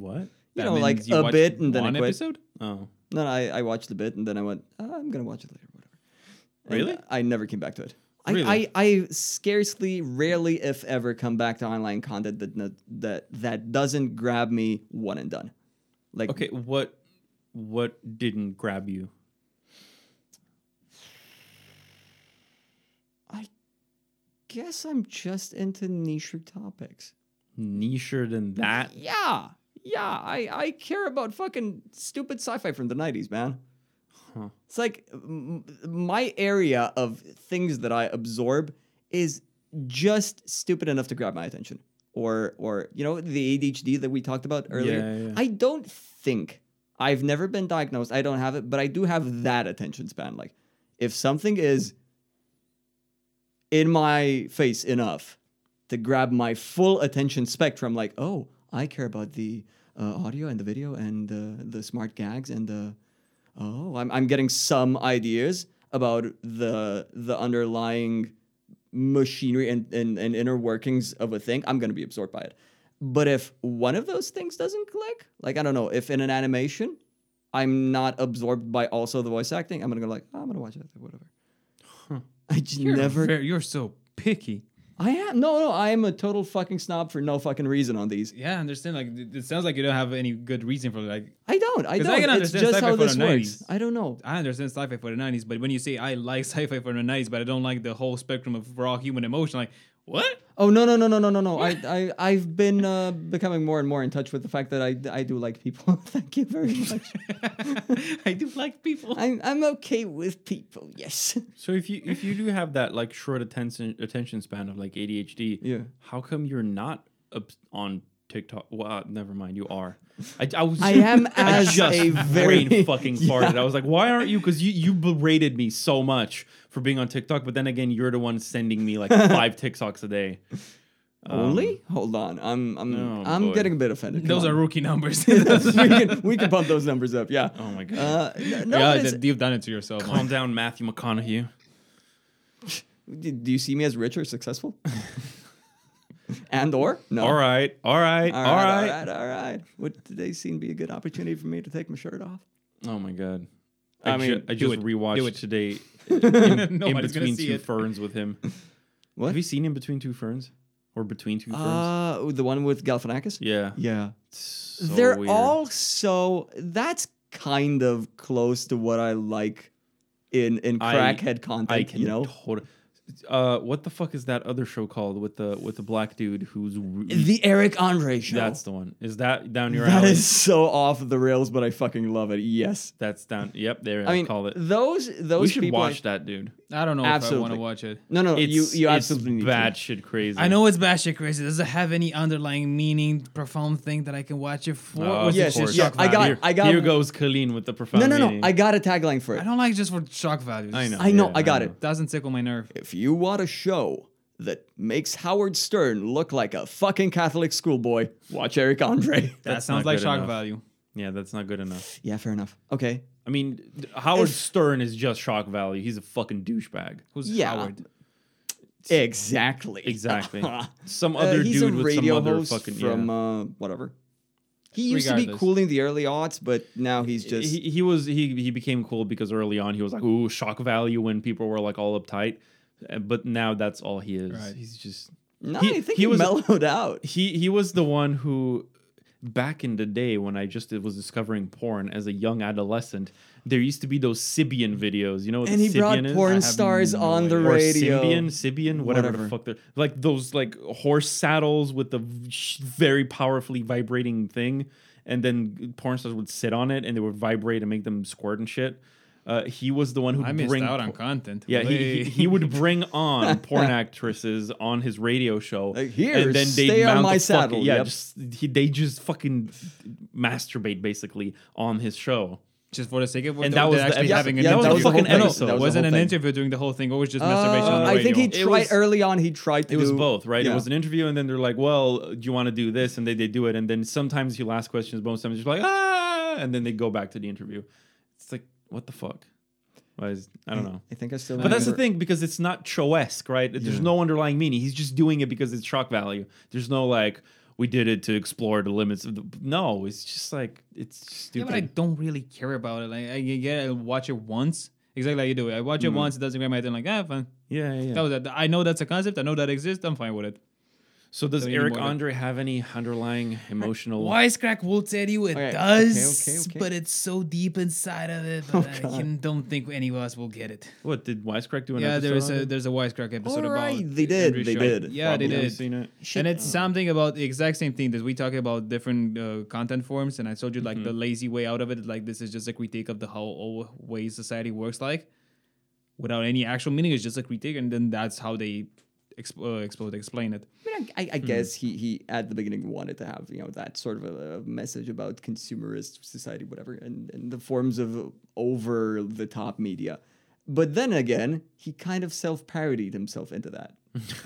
What? You That know, like means you a watched bit and then one I quit. episode. Oh, No, no, I, I watched a bit and then I went, "Ah, I'm going to watch it later, whatever. And Really? I never came back to it. I, Really? I, I scarcely, rarely, if ever, come back to online content that no- that that doesn't grab me one and done. Like, okay. What? What didn't grab you? I guess I'm just into niche topics. Nicher than that? Yeah, yeah, I, I care about fucking stupid sci-fi from the '90s, man. It's like m- m- my area of things that I absorb is just stupid enough to grab my attention. Or, or you know, the ADHD that we talked about earlier. Yeah, yeah. I don't think I've never been diagnosed. I don't have it, but I do have that attention span. Like, if something is in my face enough to grab my full attention spectrum, like, oh, I care about the uh, audio and the video and uh, the smart gags and the oh, I'm I'm getting some ideas about the the underlying machinery and, and, and inner workings of a thing, I'm gonna be absorbed by it. But if one of those things doesn't click, like I don't know, if in an animation I'm not absorbed by also the voice acting, I'm gonna go like, "Oh, I'm gonna watch it, whatever. I just You're never ver- you're so picky. I am no, no. I am a total fucking snob for no fucking reason on these. Yeah, I understand. Like it it sounds like you don't have any good reason for like. I don't. I 'Cause don't. I can it's understand just sci-fi how for the this works. 90s. I don't know. I understand sci-fi for the '90s, but when you say I like sci-fi for the '90s, but I don't like the whole spectrum of raw human emotion, like what? Oh no, no, no, no, no, no, no. I, I, I've been uh, becoming more and more in touch with the fact that I, I do like people. Thank you very much. I do like people. I'm, I'm okay with people. Yes. So if you if you do have that like short attention attention span of like ADHD, Yeah. how come you're not up on TikTok? Well, uh, never mind, you are. I, I was. I am I as just a very- brain fucking Yeah. farted. I was like, why aren't you? Because you you berated me so much for being on TikTok, but then again, you're the one sending me like five TikToks a day. Um, Only? Hold on. I'm, I'm, Oh, I'm boy. getting a bit offended. Come Those are on. rookie numbers. we can, we can bump those numbers up. Yeah. Oh my god. Uh, n- no, yeah, but it's- th- you've done it to yourself. Calm Mike. down, Matthew McConaughey. d- do you see me as rich or successful? and or no. All right, all right, all Oh. all right. right, all right. Would today seem to be a good opportunity for me to take my shirt off? Oh my god. I I, mean, mean, I do just it, do rewatched it. today in Nobody's gonna between see two it. ferns with him. What? Have you seen in between two ferns or between two ferns? Uh, the one with Galifianakis? Yeah, Yeah. It's so They're weird. all so that's kind of close to what I like in in I- crackhead content, I can you know. tota- uh, what the fuck is that other show called with the with the black dude who's re- the Eric Andre show. that's the one? Is that down your That alley? is so off the rails, but I fucking love it. Yes. That's down. Yep, there. I mean, call it. those those We should people I- watch that, dude. I don't know if I want Absolutely. to watch it. No, no, It's you you it's absolutely need to. bad shit crazy. I know it's batshit crazy. Does it have any underlying meaning, profound thing that I can watch it for? Oh, Or of is it yes, just course. yeah, shock I got value? Here, I got here goes Colleen with the profound. No, no, no. meaning. I got a tagline for it. I don't like just for shock values. I know. It I know, yeah, I got know. it. doesn't tickle my nerve. If you want a show that makes Howard Stern look like a fucking Catholic schoolboy, watch Eric Andre. That That's sounds not like good shock enough. value. Yeah, that's not good enough. yeah, fair enough. Okay. I mean, d- Howard If- Stern is just shock value. He's a fucking douchebag. Who's Yeah. Howard? Exactly. Exactly. Some Uh, other he's dude a with radio some other host fucking from yeah. uh, whatever. He used to be Regardless. cool in the early aughts, but now he's just he, he was he he became cool because early on he was like ooh shock value when people were like all uptight, Uh, but now that's all he is. Right. He's just no. he- I think he, he was- mellowed out. he he was the one who back in the day when I just was discovering porn as a young adolescent, there used to be those Sibian videos. You know what And the he brought Sibian is? porn have stars no on the idea. or radio. Symbian, Sibian, whatever, Whatever. the fuck they're like those like horse saddles with the v- sh- very powerfully vibrating thing, and then porn stars would sit on it and they would vibrate and make them squirt and shit. Uh, he was the one who I missed bring out on por- content. yeah, he, he, Way. he would bring on porn actresses on his radio show. Like, "Here, and then they stay on mount my the fucking- saddle," yeah, yep. just, he, they just fucking masturbate basically on his show. just for the sake of And it, that or was they're the- actually yeah, having yeah, that an was the interview. fucking No, episode. no, It That was the wasn't whole an thing. interview during the whole thing. It was just masturbation on the Uh, I radio. think he It tried was- early on. He tried to. It was do- both, right? Yeah. It was an interview, and then they're like, "Well, do you want to do this?" And they, they do it, and then sometimes he'll ask questions, but sometimes he's like, "Ah!" And then they go back to the interview. It's like, what the fuck? Why is I don't know. I think I still. But that's the remember- thing because it's not choesque, right? There's Yeah. no underlying meaning. He's just doing it because it's shock value. There's no like we did it to explore the limits of the. No, it's just like it's Yeah, but I stupid. don't really care about it. Like, I get it, I watch it once. Exactly like you do. I watch it once. It doesn't grab my attention. Like, ah, fun. Yeah, yeah. That was it. I know that's a concept. I know that exists. I'm fine with it. So does Don't Eric anymore. Andre have any underlying emotional? Wisecrack will tell you it Okay, okay, does, okay, okay. but it's so deep inside of it. Oh, that I God. can, don't think any of us will get it. What did Wisecrack do? An yeah, episode there's on a it? there's a Wisecrack episode All right, about. they did, Andrew they Schultz. did. Yeah, Probably they haven't did. Seen it. and it's something about the exact same thing that we talk about different uh, content forms and i told you like the lazy way out of it like this is just a critique of the how old way society works like without any actual meaning it's just a critique and then that's how they exp- uh, explode explain it I, mean, I, I, I guess he, he at the beginning wanted to have you know that sort of a, a message about consumerist society, whatever, and, and the forms of over the top media. But then again, he kind of self parodied himself into that.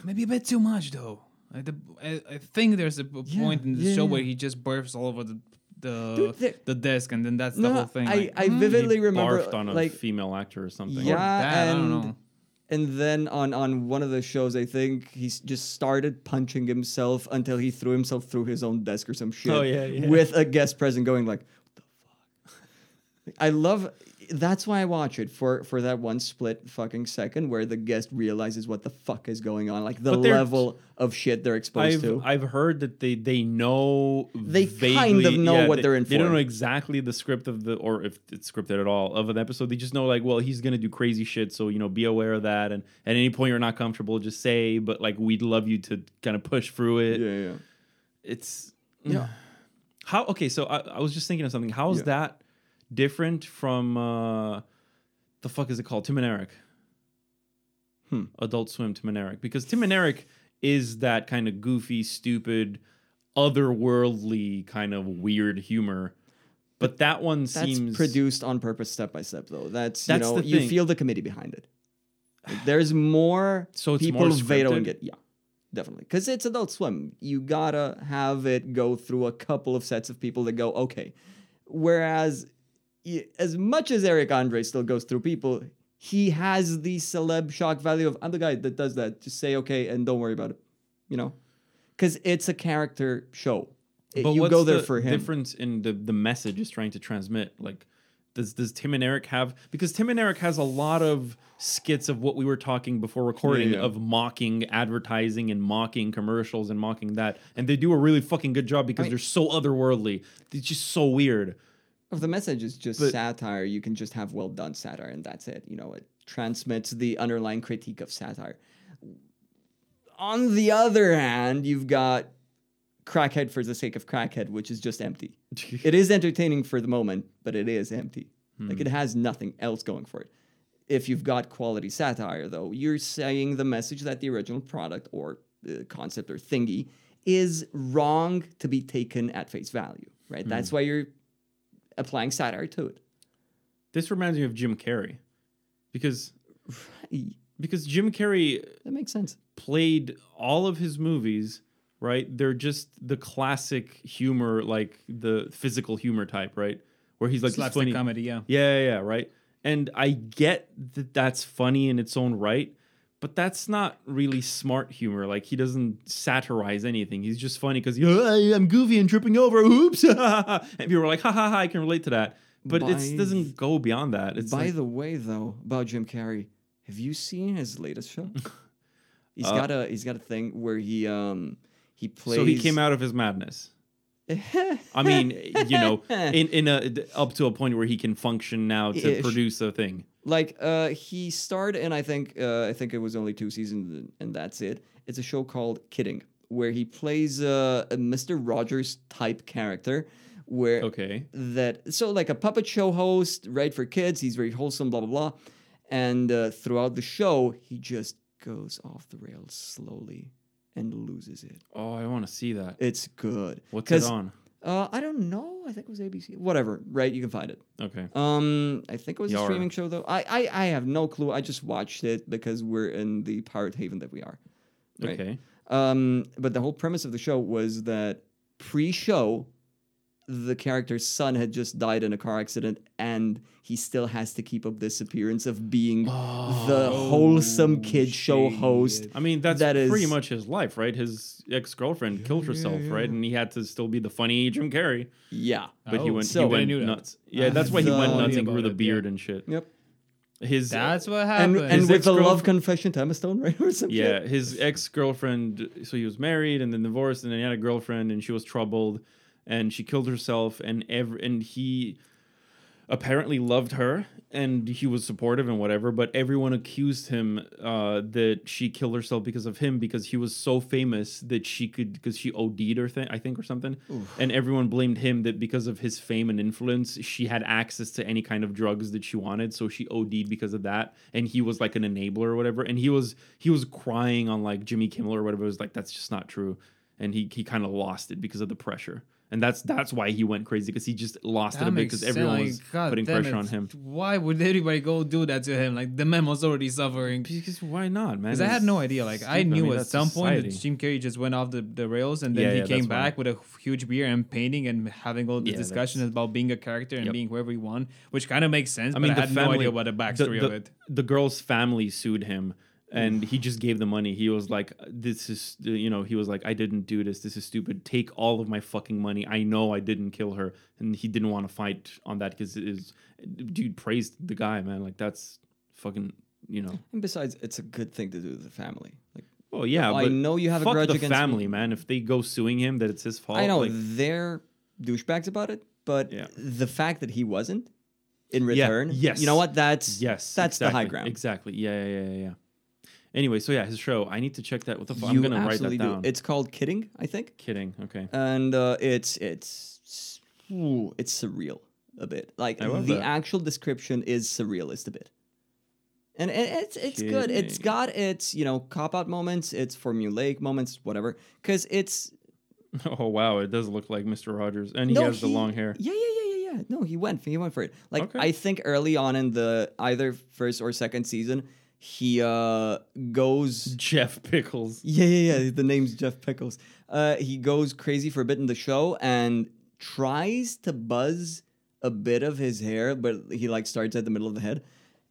maybe a bit too much though I, the, I, I think there's a b- Yeah, point in the yeah, show yeah. where he just burps all over the the, Dude, there- the desk and then that's the whole thing I, like, mm. I vividly remember barfed on a like female actor or something. Yeah, that, I don't and know. and then on on one of the shows, I think he s- just started punching himself until he threw himself through his own desk or some shit. Oh, yeah, yeah. With a guest present going like, "What the fuck?" I love. That's why I watch it for for that one split fucking second where the guest realizes what the fuck is going on, like the But they're- level of shit they're exposed I've to. I've heard that they they know They vaguely, kind of know yeah, what they, they're in They don't for. know exactly the script of the or if it's scripted at all of an episode. They just know like, well, he's gonna do crazy shit, so you know, be aware of that. And at any point you're not comfortable, just say. But like, we'd love you to kind of push through it. yeah, It's yeah, yeah. how okay. So I, I was just thinking of something. How's Yeah. that different from uh, the fuck is it called? Tim and Eric. Hmm. Adult Swim Tim and Eric because Tim and Eric is that kind of goofy, stupid, otherworldly kind of weird humor. But that one That's seems produced on purpose, step by step, though. That's, That's you know, the you thing. feel the committee behind it. Like, there's more So it's people more vetoing scripted? it. Yeah, definitely, because it's Adult Swim. You gotta have it go through a couple of sets of people that go okay. Whereas, y- as much as Eric Andre still goes through people, he has the celeb shock value of I'm the guy that does that. Just say okay and don't worry about it. You know, because it's a character show. It- But you what's go there the for him. Difference in the the message is trying to transmit. Like, does does Tim and Eric have? Because Tim and Eric has a lot of skits of what we were talking before recording Yeah, yeah. of mocking advertising and mocking commercials and mocking that, and they do a really fucking good job because they're so otherworldly. It's just so weird. If the message is just But- satire, you can just have well done satire, and that's it. You know, it transmits the underlying critique of satire. On the other hand, you've got crackhead for the sake of crackhead, which is just empty. it is entertaining for the moment, but it is empty. Like it has nothing else going for it. If you've got quality satire, though, you're saying the message that the original product or uh, concept or thingy is wrong to be taken at face value, right? That's why you're applying satire to it. This reminds me of Jim Carrey, because because Jim Carrey That makes sense. played all of his movies right they're just the classic humor like the physical humor type right where he's like just slapstick funny comedy yeah yeah, yeah yeah right and i get that that's funny in its own right but that's not really smart humor like he doesn't satirize anything he's just funny because i'm goofy and tripping over oops and people are like ha ha ha i can relate to that but By- it doesn't go beyond that it's By like, the way, though, about Jim Carrey, have you seen his latest show? He's got a he's got a thing where he um he plays. so he came out of his madness I mean, you know, in in a d- up to a point where he can function now to Ish. produce a thing. like uh he starred in i think uh i think it was only two seasons and- and that's it it's a show called kidding where he plays uh, a mr rogers type character where Okay. that so like a puppet show host right for kids he's very wholesome blah blah blah and uh, throughout the show he just goes off the rails slowly and loses it Oh, I want to see that. it's good What's it 'Cause, on? uh, i don't know i think it was abc whatever right you can find it Okay. um, I think it was a Yar. streaming show though. I, I I have no clue. I just watched it because we're in the pirate haven that we are. Right? Okay. Um, but the whole premise of the show was that pre-show, the character's son had just died in a car accident, and he still has to keep up this appearance of being the Oh, wholesome kid show host. I mean, that's That is- pretty much his life, right? His ex girlfriend killed herself, right? And he had to still be the funny Jim Carrey, Yeah. but he Oh, went so- he I went knew that. nuts. Yeah, that's why he had went no nuts idea and grew about the it, yeah. beard and shit. Yep. His That's what and happened. and His with a love ex-girlfriend- confession to Emma Stone, right? Or something. yeah, his ex girlfriend. So he was married and then divorced, and then he had a girlfriend, and she was troubled, and she killed herself, and every and he apparently loved her, and he was supportive and whatever, but everyone accused him uh, that she killed herself because of him because he was so famous that she could because she OD'd or thing I think or something, and everyone blamed him that because of his fame and influence she had access to any kind of drugs that she wanted, so she OD'd because of that, and he was like an enabler or whatever, and he was he was crying on like Jimmy Kimmel or whatever. It was like that's just not true, and he he kind of lost it because of the pressure. And that's that's why he went crazy because he just lost it a bit because sense. everyone Like, was God putting damn pressure it. on him. Why would anybody go do that to him? Like the man was already suffering. Because why not, man? Because I had It's no idea. Like I stupid. knew mean, at that's some point that Jim society. Carrey just went off the, the rails, and then Yeah, he yeah, came that's why. back with a huge beer and painting and having all the Yeah, discussion about being a character and Yep. being whoever he want, which kind of makes sense. I but mean, I the had no family. idea about the backstory the, of it. The girl's family sued him, and he just gave the money. He was like, "This is, you know," he was like, "I didn't do this. This is stupid. Take all of my fucking money. I know I didn't kill her." And he didn't want to fight on that because it is, dude, praised the guy, man. Like that's fucking, you know. And besides, it's a good thing to do with the family. Like, Well, yeah, I but know you have a fuck grudge the against me. family, man. If they go suing him, that it's his fault. I know like, they're douchebags about it, but Yeah. the fact that he wasn't in return, yes. you know what? That's Yes, that's the high exactly, ground. Exactly. Yeah, yeah, yeah, yeah, yeah. Anyway, so yeah, his show. I need to check that. What the fuck? I'm You gonna write that absolutely do. down. It's called kidding, I think, Kidding. Okay. and uh, it's it's s- ooh, it's surreal a bit. Like I love the that. actual description is surrealist a bit, and it, it's it's good. It's Kidding. got its you know cop out moments, its formulaic moments, whatever. Because it's Oh wow, it does look like Mr. Rogers, and he has the long hair. Yeah, yeah, yeah, yeah, yeah. No, he went. He went for it. Like Okay. I think early on in the either first or second season, he uh goes. Jeff Pickles. Yeah, yeah, yeah. The name's Jeff Pickles. Uh, he goes crazy for a bit in the show and tries to buzz a bit of his hair, but he like starts at the middle of the head,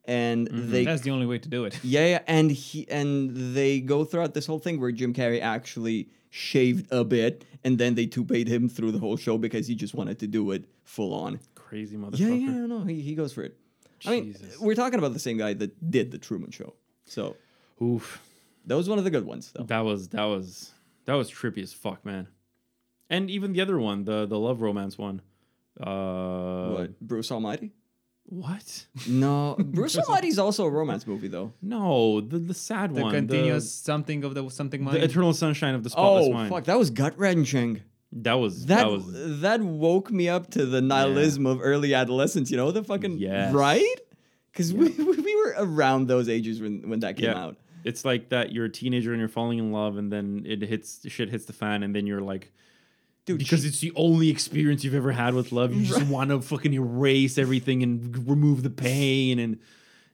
and they Mm-hmm. That's the only way to do it. yeah, yeah, and he and they go throughout this whole thing where Jim Carrey actually shaved a bit, and then they toupeed him through the whole show because he just wanted to do it full on. Crazy motherfucker. Yeah, yeah, no, no, he, he goes for it. I mean, Jesus. we're talking about the same guy that did the Truman Show, so Oof. that was one of the good ones, though. That was that was that was trippy as fuck, man. And even the other one, the the love romance one. Uh, what Bruce Almighty? What? No, Bruce Almighty's also a romance movie, though. No, the the sad The one. continuous something of the something The, the mind. eternal sunshine of the spotless Oh mind. fuck, that was gut wrenching. That was that, That that, was woke me up to the nihilism of early adolescence. You know the fucking Yes. right? Because we, we were around those ages when when that came Yeah. out. it's like that you're a teenager and you're falling in love and then it hits shit hits the fan and then you're like Dude, because it's the only experience you've ever had with love you just want to fucking erase everything and g- remove the pain and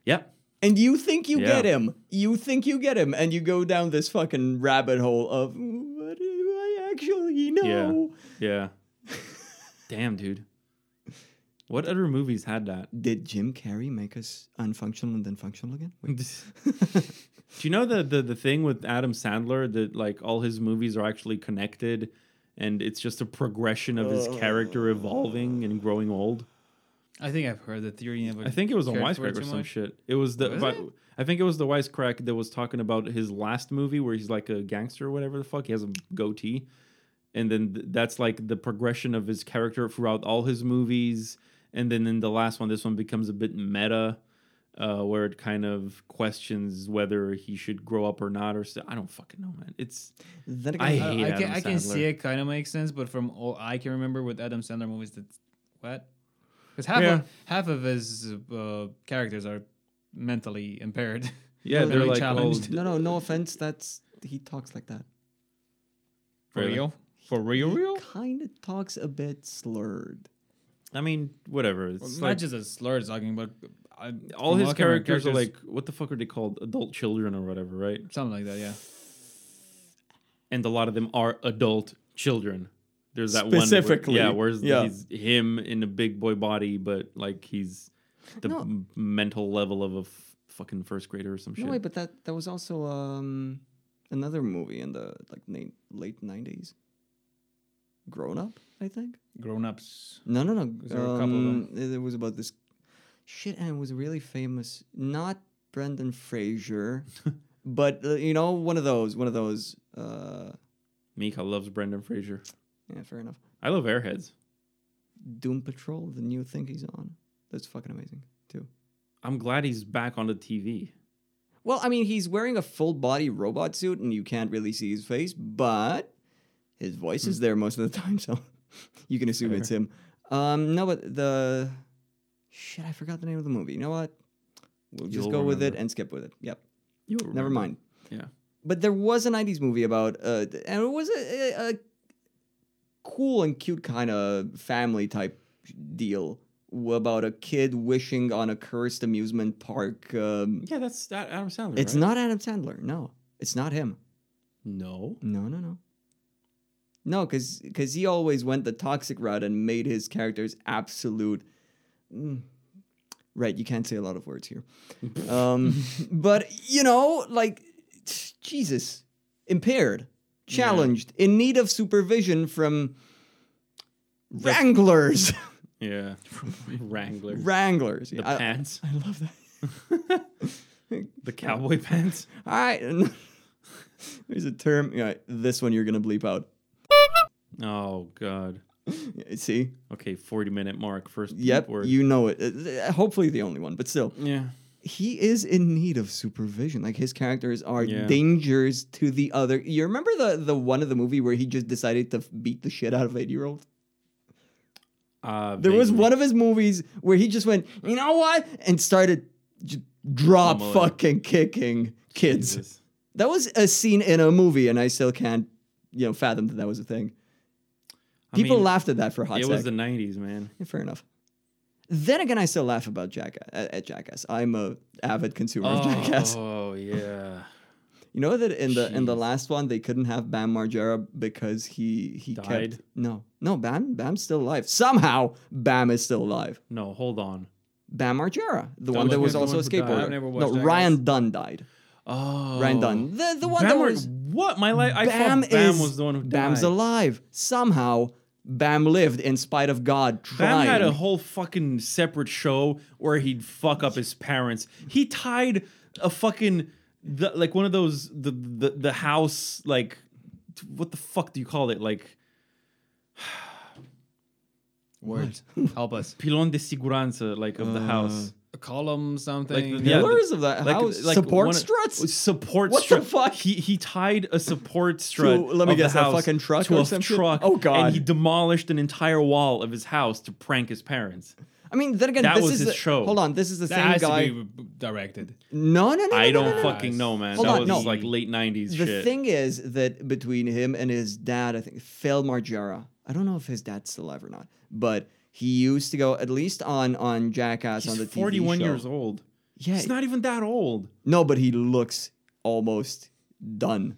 yeah And you think you Yeah. get him. You think you get him, and you go down this fucking rabbit hole of what do I actually know? yeah damn dude what other movies had that Did Jim Carrey make us unfunctional and then functional again? Wait. do you know the, the the thing with adam sandler that like all his movies are actually connected and it's just a progression of his Uh. character evolving and growing old I think I've heard the theory of. I think it was on cared for it Wisecrack or too some much. shit. It was the. Was but- it? I think it was the Wisecrack that was talking about his last movie where he's like a gangster or whatever the fuck. He has a goatee, and then th- that's like the progression of his character throughout all his movies. And then in the last one, this one becomes a bit meta, uh, where it kind of questions whether he should grow up or not, or so. I don't fucking know, man. It's Then I I, hate I can, Adam I can see Sandler. it kind of makes sense, but from all I can remember with Adam Sandler movies, that what? Because half Yeah. of, half of his uh, characters are mentally impaired. yeah, they're Mentally like challenged. old. no, no, no offense. That's he talks like that. For Really? real? For real, real? Kind of talks a bit slurred. I mean, whatever. It's Not like, just a slur talking, but I, all from his what I can remember, characters are like what the fuck are they called? Adult children or whatever, right? something like that. Yeah, and a lot of them are adult children. There's that Specifically, one, where, yeah, where's yeah. he's him in a big boy body, but like he's the No. m- mental level of a f- fucking first grader or some shit. No way, but that that was also um another movie in the like na- late nineties. Grown up, I think. grown ups. No, no, no. there were a couple of um, It was about this shit, and it was really famous. Not Brendan Fraser, but uh, you know, one of those, one of those. Uh, Mika loves Brendan Fraser. yeah, fair enough. I love Airheads. Doom Patrol, the new thing he's on. That's fucking amazing too. I'm glad he's back on the TV. Well, I mean, he's wearing a full body robot suit and you can't really see his face, but his voice Hmm. is there most of the time, so you can assume it's him. Um, no, but the shit, I forgot the name of the movie. You know what? We'll just You'll go with it remember. and skip with it. Yep. You'll Never remember. mind. Yeah. But there was a 90s movie about, uh, th- and it was a, a, a cool and cute kind of family type deal w- about a kid wishing on a cursed amusement park. Um, Yeah, that's that Adam Sandler. it's right? not Adam Sandler. No, it's not him. No. No, no, no. No, because he always went the toxic route and made his characters absolute. Mm. Right, you can't say a lot of words here. um, but, you know, like, Jesus, impaired, challenged, in need of supervision from wranglers. Yeah. Wrangler. wranglers. the I, pants. I love that. the cowboy pants. All right. There's a term. Yeah, this one you're going to bleep out. Oh God. See? Okay, forty minute mark. First. beep Yep, word. you know it. Uh, Hopefully the only one, but still, Yeah. he is in need of supervision. Like his characters are Yeah. dangers to the other. You remember the the one of the movie where he just decided to f- beat the shit out of eight year olds? Uh, There was vaguely. one of his movies where he just went, you know what, and started j- drop Pummeling. fucking kicking kids. Jesus. That was a scene in a movie, and I still can't, you know, fathom that that was a thing. I People mean, laughed at that for a hot It seconds. was the '90s, man. Yeah, fair enough. Then again, I still laugh about Jackass. At, at Jackass, I'm a avid consumer of Jackass. oh yeah. You know that in the in the Jeez. last one they couldn't have Bam Margera because he he Died? kept no no Bam Bam's still alive somehow Bam is still alive No, hold on. Bam Margera the Don't one that look was at the also a one who died. skateboarder I've never no watched Jackass. Ryan Dunn died Oh, Ryan Dunn the the one Bam that or- was what? My life. I Bam thought Bam is was the one who died. Bam's alive somehow Bam lived in spite of God Bam trying had a whole fucking separate show where he'd fuck up his parents. He tied a fucking the, like one of those the the the house like what the fuck do you call it like Words. Help us. pilon de seguranza like Uh, of the house Column something. like the- yeah, the- pillars of that house one support of- struts support What the strut. fuck? he he tied a support strut let me of the guess, a house fucking truck to or a some shit? truck Oh, God. and he demolished an entire wall of his house to prank his parents I mean, then again, That this was is his the, show. Hold on, this is the that same has guy. to be b- directed. No, no, no, I no, no, don't no, no. fucking know, man. Hold that on, was no. like late '90s The shit. thing is that between him and his dad, I think Phil Margera. I don't know if his dad's still alive or not, but he used to go at least on on Jackass He's on the TV 41 show. years old. Yeah, He's not even that old. no, but he looks almost done.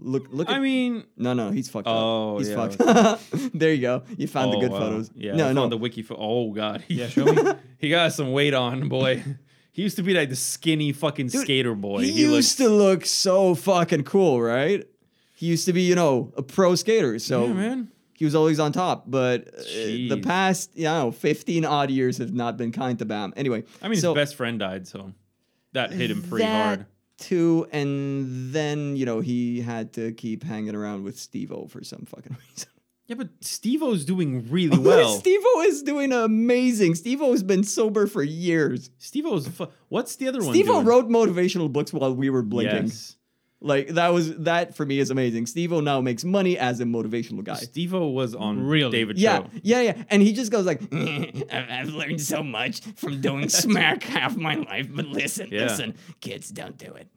Look, look. At, I mean, no, no, he's fucked Oh, up. He's yeah, fucked. there you go. You found the oh, good wow. photos. Yeah, no, I no. found the wiki for. Oh god, Yeah, show me. he got some weight on, boy. He used to be like the skinny fucking skater boy. he, used to look so fucking cool, right? He used to be, you know, a pro skater. So Yeah, man. he was always on top. But uh, the Jeez. past, you know, 15 odd years have not been kind to Bam. Anyway, I mean, so his best friend died, so that hit him pretty that hard. Too, and then you know he had to keep hanging around with Steve-O for some fucking reason. Yeah, but Steve-O's doing really well. Steve-O is doing amazing. Steve-O's been sober for years. Steve-O's. Fu- What's the other one? Steve-O doing? wrote motivational books while we were blinking. Yes. Like that was that for me is amazing. Steve-O now makes money as a motivational guy. Steve-O was on Really? David Yeah, Cho. yeah, yeah. And he just goes like, "I've I've learned so much from doing smack half my life, but listen, Yeah. listen, kids, don't do it.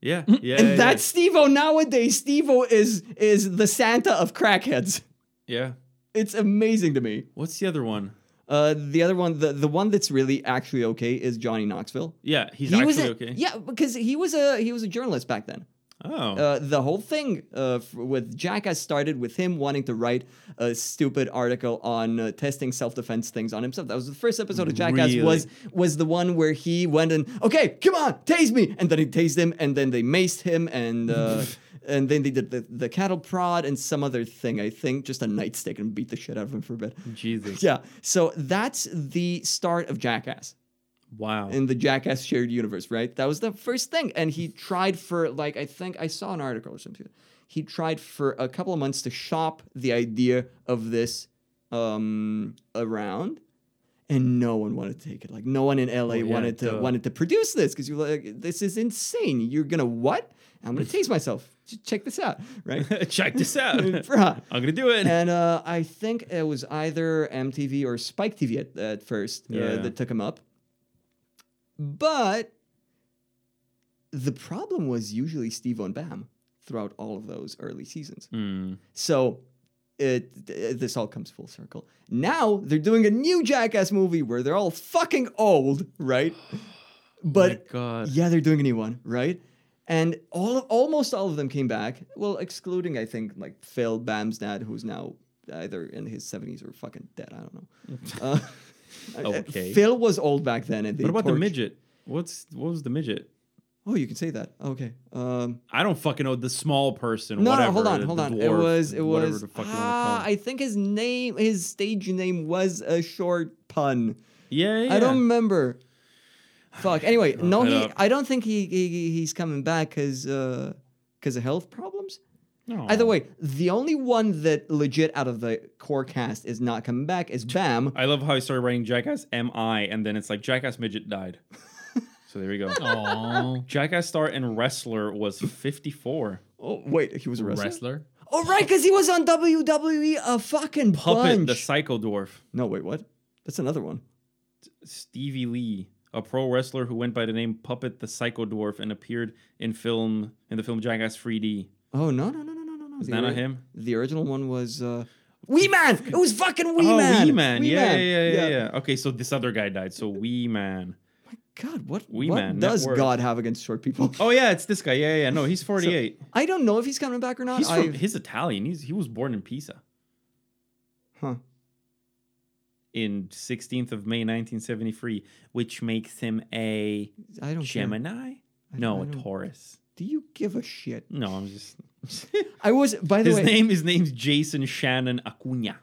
Yeah, yeah. Mm-hmm. and yeah, that's Steve-O nowadays. Steve-O is is the Santa of crackheads. yeah. It's amazing to me. What's the other one? Uh, the other one, the, the one that's really actually okay is Johnny Knoxville. Yeah, he's he actually was a, okay. yeah, because he was a he was a journalist back then. Oh. uh, the whole thing uh, f- with Jackass started with him wanting to write a stupid article on uh, testing self-defense things on himself. That was the first episode of Jackass Really? was was the one where he went and okay, come on, tase me, and then he tased him, and then they maced him, and uh, And then they did the, the cattle prod and some other thing, I think, just a nightstick and beat the shit out of him for a bit. Jesus. Yeah. So that's the start of Jackass Wow. in the Jackass shared universe, right? That was the first thing. And he tried for, like, I think I saw an article or something. He tried for a couple of months to shop the idea of this um, around. And no one wanted to take it. Like no one in Oh, LA yeah, wanted to duh. wanted to produce this because you're like, this is insane. You're gonna what? I'm gonna taste myself. Ch- Check this out, right? Check this out. Bruh I'm gonna do it. and uh, I think it was either MTV or Spike TV at, at first Yeah. uh, that took him up. But the problem was usually Steve on Bam throughout all of those early seasons. Hmm. So it, th- this all comes full circle. Now they're doing a new Jackass movie where they're all fucking old, right? But My God. yeah, they're doing a new one, right? And all of, almost all of them came back. Well, excluding I think like Phil Bam's dad, who's now either in his seventies or fucking dead. I don't know. Uh, Okay. Phil was old back then. And they What about the torch- midget? What's what was the midget? Oh, you can say that. Okay. Um, I don't fucking know the small person. no, whatever, no, hold on, the hold on. it dwarf, was, it whatever was. The fuck you wanna ah, call it. I think his name, his stage name was a short pun. yeah, yeah. I don't remember. Fuck. Anyway, no, it he. up. I don't think he, he he- he's coming back because uh, 'cause of health problems. No. Either way, the only one that legit out of the core cast is not coming back is Bam. I love how I started writing Jackass M I, and then it's like Jackass midget died. so there we go. Oh, Jackass star and wrestler was 54. Oh wait, he was a wrestler. wrestler. Oh right, because he was on WWE a fucking Puppet bunch. the Psycho Dwarf. no wait, what? That's another one. Stevie Lee, a pro wrestler who went by the name Puppet the Psycho Dwarf and appeared in film in the film Jackass 3D. Oh no no no no no no no. Is The that not ori- him? The original one was uh, Wee Man. It was fucking Wee oh, Man. Wee Man. Yeah, yeah, yeah, yeah, yeah. Okay, so this other guy died. So Wee Man. God, what? Wee what Man, does network. God have against short people? Oh yeah, it's this guy. Yeah, yeah. yeah. No, he's 48. I don't know if he's coming back or not. he's from, I've- he's Italian. He's he was born in Pisa. Huh. in 16th of May 1973, which makes him a I don't care. Gemini? I- No, a I don't- Taurus. Do you give a shit? No, I'm just I was, by the His way, name his name's Jason Shannon Acuna.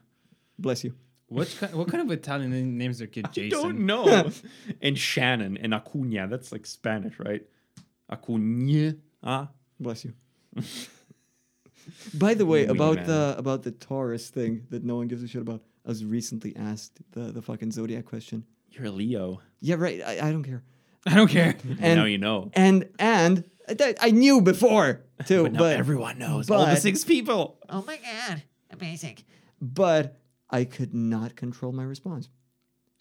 bless you. What kind, what kind of Italian name- names their kid Jason? Don't know. and Shannon and Acuna, that's like Spanish, right? Acuna. Ah. Bless you. By the way, Wee about man. the about the Taurus thing that no one gives a shit about. I was recently asked the the fucking zodiac question. You're a Leo. Yeah, right. I, I don't care. I don't care. And now you know. and and I th- I knew before too, But but now everyone knows. All the but- six people. Oh my god, amazing. but I could not control my response.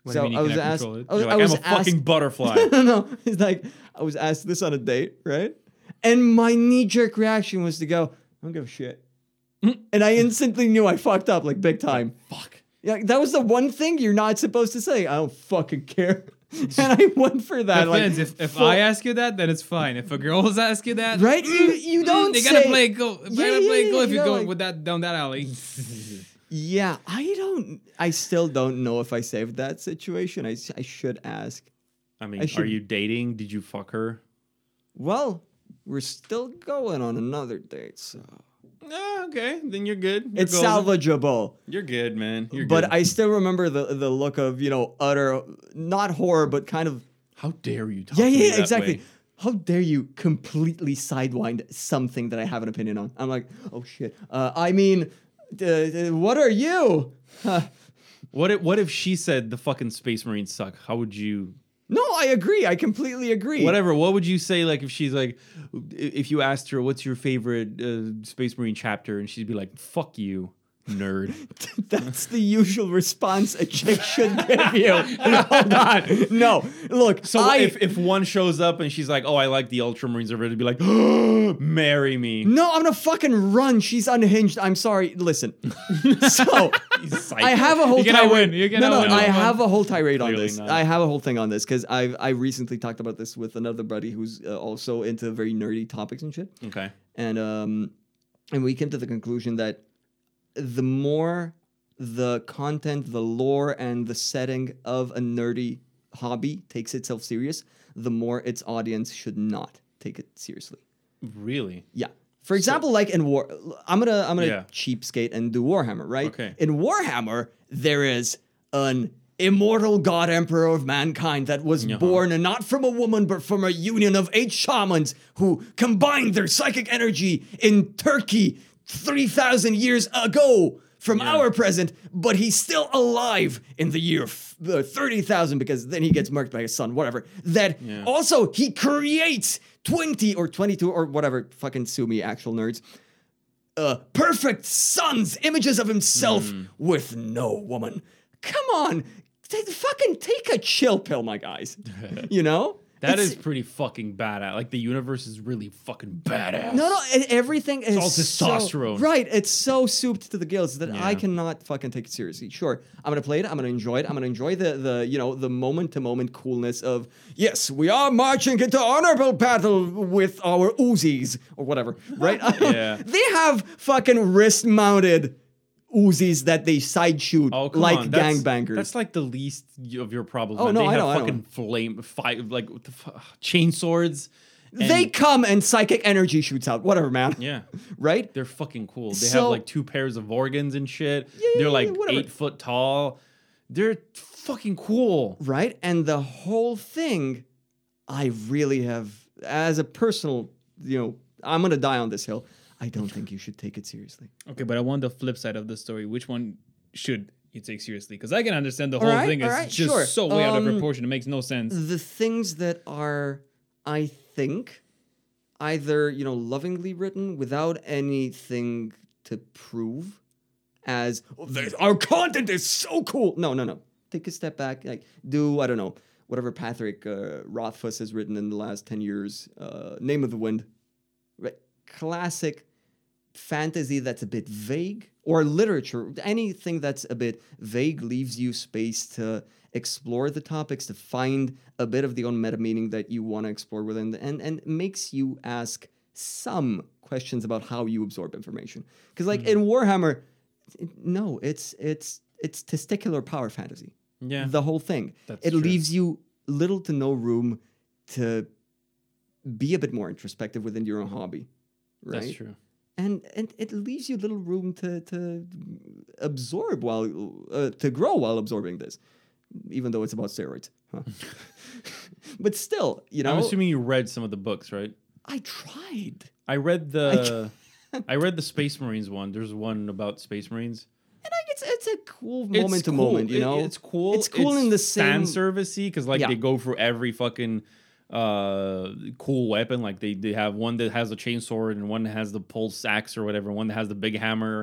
What do so you mean you I was cannot asked. control it? I was, You're I like, was I'm a asked fucking butterfly. no, no. It's like I was asked this on a date, right? And my knee jerk reaction was to go, I don't give a shit. and I instantly knew I fucked up like big time. Fuck. Yeah, that was the one thing you're not supposed to say. I don't fucking care. and I went for that. like, Depends. if if full- I ask you that, then it's fine. If a girl's ask you that, mm, right, you, you don't. they gotta say- play it cool. They Yeah, gotta yeah, play it yeah, cool if you you know, go like- with that down that alley. Yeah, I don't. I still don't know if I saved that situation. I, s- I should ask. I mean, I are should- you dating? Did you fuck her? Well, we're still going on another date, so Ah, okay. Then you're good. You're it's golden. salvageable. You're good, man. You're but good. I still remember the the look of you know utter not horror but kind of How dare you talk yeah to me yeah that exactly. way? How dare you completely sidewind something that I have an opinion on? I'm like, oh shit. Uh, I mean, uh, uh, what are you? Huh. What if, what if she said the fucking space marines suck? How would you no, I agree. I completely agree. whatever? What would you say like if she's like i- if you asked her what's your favorite uh, space marine chapter and she'd be like fuck you nerd. That's the usual response a chick should give you. Hold on. No, look. So I, if if one shows up and she's like oh I like the ultramarines over it'd be like marry me. No, I'm gonna fucking run. She's unhinged. I'm sorry. Listen. so I have a whole You're gonna tirade. win. You're no, gonna no, win. I You're have a whole tirade on Clearly this. not. I have a whole thing on this because I I recently talked about this with another buddy who's uh, also into very nerdy topics and shit. Okay. And um, and we came to the conclusion that the more the content, the lore, and the setting of a nerdy hobby takes itself serious, the more its audience should not take it seriously. Really? Yeah. For example, like in War, I'm gonna I'm gonna Yeah. cheapskate and do Warhammer, right? Okay. In Warhammer, there is an immortal god emperor of mankind that was Uh-huh. born and not from a woman but from a union of eight shamans who combined their psychic energy in Turkey three thousand years ago from our present, but he's still alive in the year f- uh, thirty thousand because then he gets murked by his son, whatever. That Yeah. also he creates twenty or twenty-two or whatever. Fucking sue me, actual nerds uh, perfect sons, images of himself Hmm. with no woman. Come on, t- fucking take a chill pill, my guys. You know That It's- is pretty fucking badass. Like the universe is really fucking badass. no, no. e- Everything is all so- testosterone. right, it's so souped to the gills that I Yeah. cannot fucking take it seriously. Sure, I'm gonna play it. I'm gonna enjoy it. I'm gonna enjoy the the you know the moment to moment coolness of yes, we are marching into honorable battle with our Uzis or whatever. Right? Yeah. they have fucking wrist mounted Uzis that they side shoot Oh, come like on. That's- gangbangers. That's like the least y- of your problems. Oh, man. no, they I have know, I know. fucking flame, fi- like what the fu- chainswords. and- they come and psychic energy shoots out. Whatever, man. yeah, Right? they're fucking cool. They So- have like two pairs of organs and shit. yeah, they're yeah, like whatever. eight foot tall. They're fucking cool. right? And the whole thing, I really have, as a personal, you know, I'm gonna die on this hill. I don't think you should take it seriously. Okay, but I want the flip side of the story. Which one should you take seriously? Because I can understand the All whole right, thing all is right, just sure. so way out of Um, proportion. It makes no sense. The things that are, I think, either you know, lovingly written without anything to prove, as "Oh, this- our content is so cool. No, no, no. Take a step back. Like do I don't know whatever Patrick uh, Rothfuss has written in the last ten years. Uh, Name of the Wind, right? Classic fantasy that's a bit vague or literature anything that's a bit vague leaves you space to explore the topics to find a bit of the own meta meaning that you want to explore within and and makes you ask some questions about how you absorb information because like Mm-hmm. in warhammer no it's it's it's testicular power fantasy Yeah, the whole thing That's it true. leaves you little to no room to be a bit more introspective within your own hobby Mm-hmm. right that's true. and and it leaves you little room to to absorb while uh, to grow while absorbing this, even though it's about steroids. Huh? but still, you know, I'm assuming you read some of the books, right? I tried. I read the. I read the Space Marines one. There's one about Space Marines. And like it's it's a cool It's moment to cool. moment, you It- know. it's cool. It's cool in the same- fan servicey because like Yeah. they go for every fucking uh cool weapon. Like they they have one that has a chainsword and one that has the pulse axe or whatever. One that has the big hammer,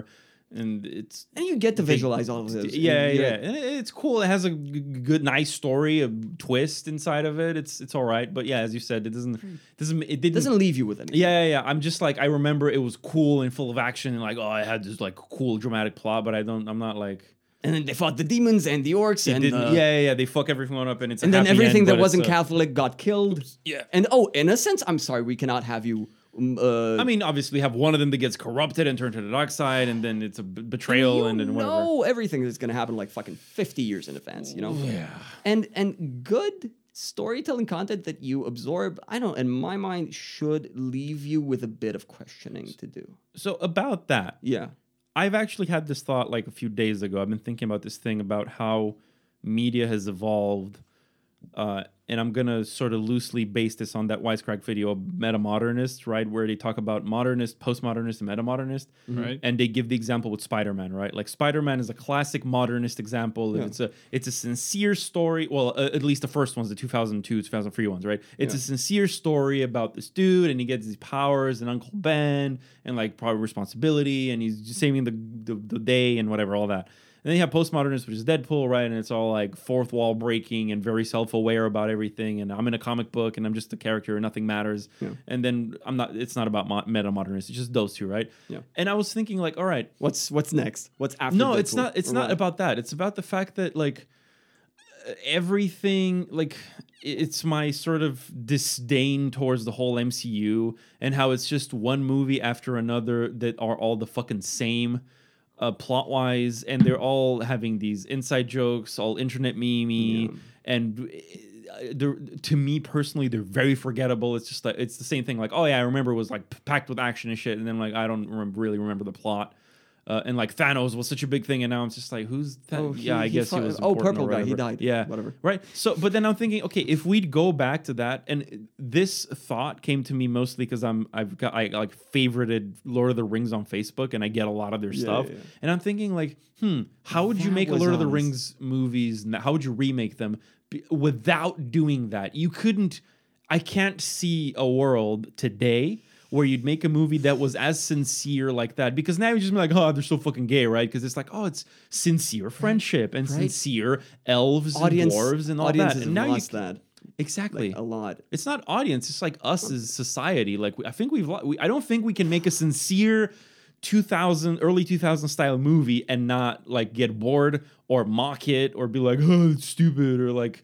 and it's and you get to they- visualize all of this. Yeah, yeah, and, you know, and it- it's cool. It has a g- g- good, nice story, a twist inside of it. It's it's all right, but yeah, as you said, it doesn't doesn't it didn't It Hmm. doesn't leave you with anything. yeah, yeah, yeah. I'm just like I remember it was cool and full of action and like oh I had this like cool dramatic plot, but I don't I'm not like And then they fought the demons and the orcs it and didn't uh, yeah, yeah, yeah. They fuck everyone up and it's a and then happy everything end, but that it's wasn't a- Catholic got killed. yeah. And oh, innocence. I'm sorry, we cannot have you. um, Uh, I mean, obviously, you have one of them that gets corrupted and turned to the dark side, and then it's a b- betrayal and then whatever. know everything that's going to happen like fucking 50 years in advance, you know? Yeah. And and good storytelling content that you absorb, I don't in my mind should leave you with a bit of questioning to do. So about that, Yeah. I've actually had this thought like a few days ago. I've been thinking about this thing about how media has evolved. Uh, and I'm going to sort of loosely base this on that Wisecrack video, Metamodernist, right? Where they talk about modernist, postmodernist, and metamodernist. Right. And they give the example with Spider Man, right? Like Spider Man is a classic modernist example. and It's a it's a sincere story. Well, uh, at least the first ones, the 2002, 2003 ones, right? It's a sincere story about this dude, and he gets these powers, and Uncle Ben, and like probably responsibility, and he's just saving the, the the day and whatever, all that. And then you have postmodernists, which is Deadpool, right? And it's all like fourth wall breaking and very self aware about everything. And I'm in a comic book and I'm just a character and nothing matters. And then I'm not, it's not about mo- meta modernists. It's just those two, right? Yeah. And I was thinking, like, all right, What's what's next? What's after no, it's Deadpool? not. It's Or not what? about that. It's about the fact that like everything, like i- it's my sort of disdain towards the whole MCU and how it's just one movie after another that are all the fucking same. Uh, plot wise, and they're all having these inside jokes, all internet meme and they're, to me personally, they're very forgettable. It's just like it's the same thing. Like, oh yeah, I remember it was like p- packed with action and shit, and then like I don't rem- really remember the plot. Uh, and like Thanos was such a big thing, and now I'm just like, who's that? Oh, he- yeah, I he guess fu- he was. oh, important purple or guy, he whatever. died. Yeah, Whatever. Right. So, but then I'm thinking, okay, if we'd go back to that, and this thought came to me mostly because I'm I've got I like favorited Lord of the Rings on Facebook, and I get a lot of their stuff, yeah, yeah. and I'm thinking like, hmm, how would you That make a was um, Lord of the honest. Rings movies? n- How would you remake them b- without doing that? You couldn't. I can't see a world today where you'd make a movie that was as sincere like that because now you just be like, oh, they're so fucking gay, right? Because it's like, oh, it's sincere friendship and sincere elves Audience, and dwarves and all that. audiences And have now lost you c- that exactly. a lot. it's not audience. It's like us as society. Like we, I think we've. lo- We, I don't think we can make a sincere, 2000 early 2000 style movie and not like get bored or mock it or be like, oh, it's stupid or like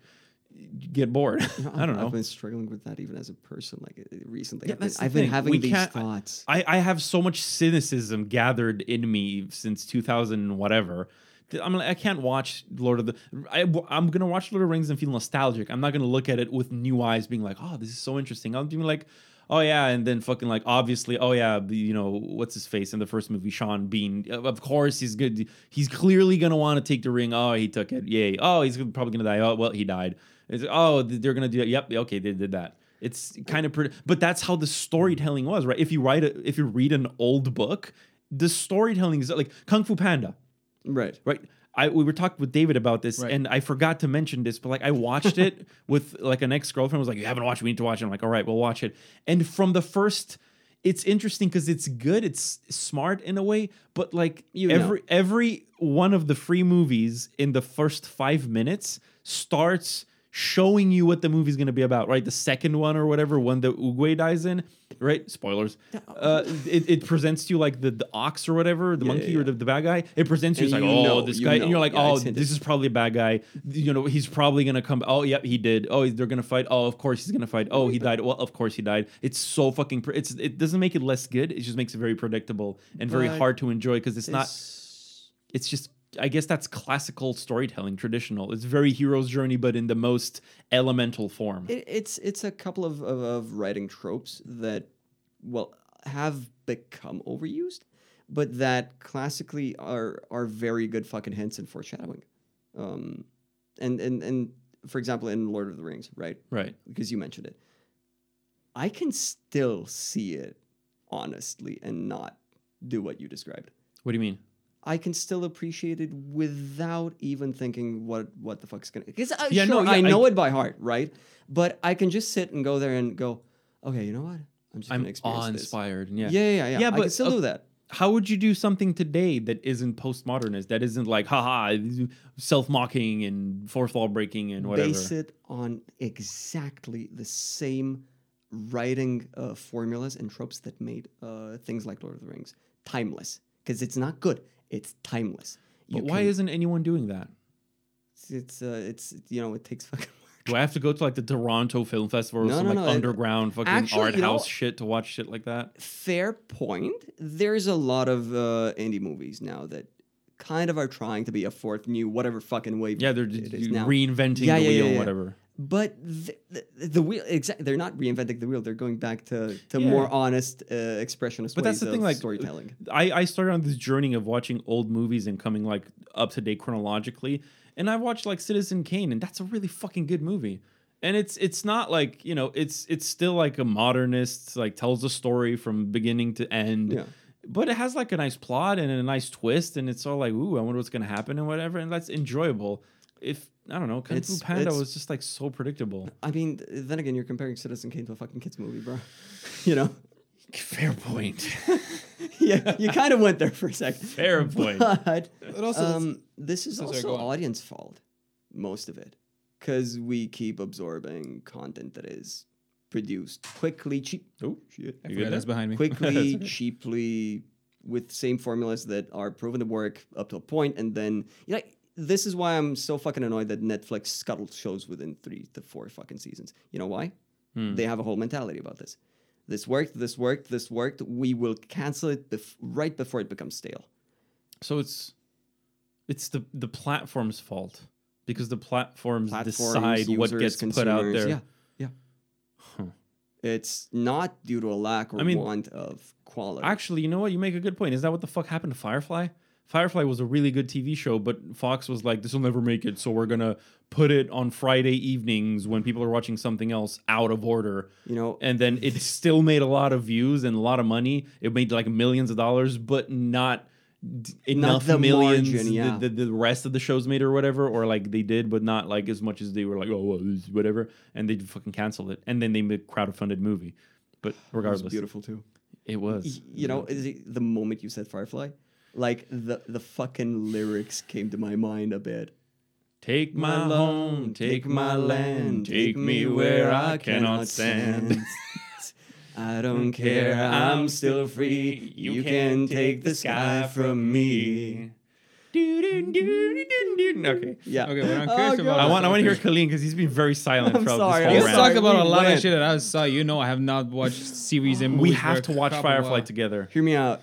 get bored. I don't know. I've been struggling with that even as a person, like uh, recently. Yeah, I've been, that's the I've been thing. having We these can't- I- thoughts. I, I have so much cynicism gathered in me since 2000 and whatever. that I'm like, I can't watch Lord of the. I, am gonna watch Lord of the Rings and feel nostalgic. I'm not gonna look at it with new eyes, being like, "Oh, this is so interesting." I'm being like, "Oh yeah," and then fucking like, obviously, "Oh yeah," the- you know, what's his face in the first movie, Sean Bean. Of of course, he's good. He's clearly gonna want to take the ring. Oh, he took it. Yay. Oh, he's probably gonna die. Oh, well, he died. It's, oh, they're gonna do that. Yep. Okay, they did that. It's kind of pretty, but that's how the storytelling was, right? If you write a, if you read an old book, the storytelling is like Kung Fu Panda, right. right? I we were talking with David about this, Right. and I forgot to mention this, but like I watched it with like an ex girlfriend was like, "You haven't watched, we need to watch." it. I'm like, "All right, we'll watch it." And from the first, it's interesting because it's good, it's smart in a way, but like You know. every every one of the free movies in the first five minutes starts showing you what the movie's going to be about right the second one or whatever one that uguay dies in right spoilers uh it, it presents you like the, the ox or whatever the Yeah, yeah, monkey or yeah. the, the bad guy it presents you And as like you oh know, this you guy and know. you're like Yeah, oh it's hinted. this is probably a bad guy you know he's probably going to come oh yep he did oh they're going to fight oh of course he's going to fight oh he died well of course he died it's so fucking pre- it's it doesn't make it less good it just makes it very predictable and very But hard to enjoy because it's not It's- it's just I guess that's classical storytelling, traditional. It's very hero's journey, but in the most elemental form. It, it's it's a couple of, of, of writing tropes that well have become overused, but that classically are are very good fucking hints and foreshadowing. Um, and and and for example, in Lord of the Rings, right? right. because you mentioned it. I can still see it honestly and not do what you described. What do you mean? I can still appreciate it without even thinking what what the fuck's gonna. Because I, Yeah, sure, no, yeah, I I- know it by heart, right? But I can just sit and go there and go, okay, you know what? I'm just I'm gonna experience awe this. inspired. Yeah. Yeah, yeah, yeah. Yeah, I but- can still do that. How would you do something today that isn't postmodernist? That isn't like, haha, self mocking and fourth wall breaking and whatever. Base it on exactly the same writing uh, formulas and tropes that made uh, things like Lord of the Rings timeless. Because it's not good; it's timeless. But why isn't anyone doing that? is it's uh, it's you know it takes fucking work. Do I have to go to like the Toronto Film Festival or No, some no, like no, it- underground fucking actually, art you know- house shit to watch shit like that? Fair point. There's a lot of uh, indie movies now that kind of are trying to be a fourth new whatever fucking wave. Yeah, they're it just is now. reinventing Yeah, the yeah, wheel yeah, or yeah. whatever. But the, the, the wheel, exactly, they're not reinventing the wheel. They're going back to, to Yeah. more honest uh, expressionist But that's ways the of thing, like, uh, storytelling. I, I started on this journey of watching old movies and coming like up to date chronologically. And I watched like Citizen Kane, and that's a really fucking good movie. And it's it's not like you know it's it's still like a modernist like tells a story from beginning to end. Yeah. But it has like a nice plot and a nice twist, and it's all like, ooh, I wonder what's gonna happen and whatever, and that's enjoyable. If I don't know, Kung Fu It's- Panda it's- was just like so predictable. I mean, th- then again, you're comparing Citizen Kane to a fucking kids movie, bro. you know, Fair point. yeah, you kind of went there for a sec. Fair point. But But also, um, this is Oh, sorry, also go on. audience fault, most of it, because we keep absorbing content that is produced quickly, cheap. Oh, shit. I You forgot good that's there? behind me. quickly, cheaply, with same formulas that are proven to work up to a point, and then you know, this is why I'm so fucking annoyed that Netflix scuttled shows within three to four fucking seasons. You know why? Hmm. They have a whole mentality about this. This worked. This worked. This worked. We will cancel it bef- right before it becomes stale. So it's it's the the platform's fault because the platforms, platforms, decide what users, gets put out consumers. there. Yeah, yeah. It's not due to a lack or I mean- want of quality. Actually, you know what? You make a good point. Is that what the fuck happened to Firefly? Firefly was a really good TV show, but Fox was like, "This will never make it," so we're gonna put it on Friday evenings when people are watching something else out of order. you know, And then it still made a lot of views and a lot of money. It made like millions of dollars, but not d- enough the millions margin, yeah. the, the, the rest of the shows made or whatever, or like they did, but not like as much as they were like, oh, well, this- whatever. And they fucking canceled it. And then they made a crowdfunded movie. But it was regardless, beautiful too. it was. Y- You know, is it- the moment you said Firefly, like the the fucking lyrics came to my mind a bit. Take my home, take my land, take me where I cannot stand. I don't care, I'm still free. You can't take the sky from me. Okay. Yeah. Oh, Okay, we're not curious about I that. want I want to hear Kaleen because he's been very silent I'm throughout sorry, this I'm You whole sorry. round. talk about a we lot went. of shit that I saw. You know, I have not watched series and movies. for We a have to watch couple Firefly while. together. Hear me out.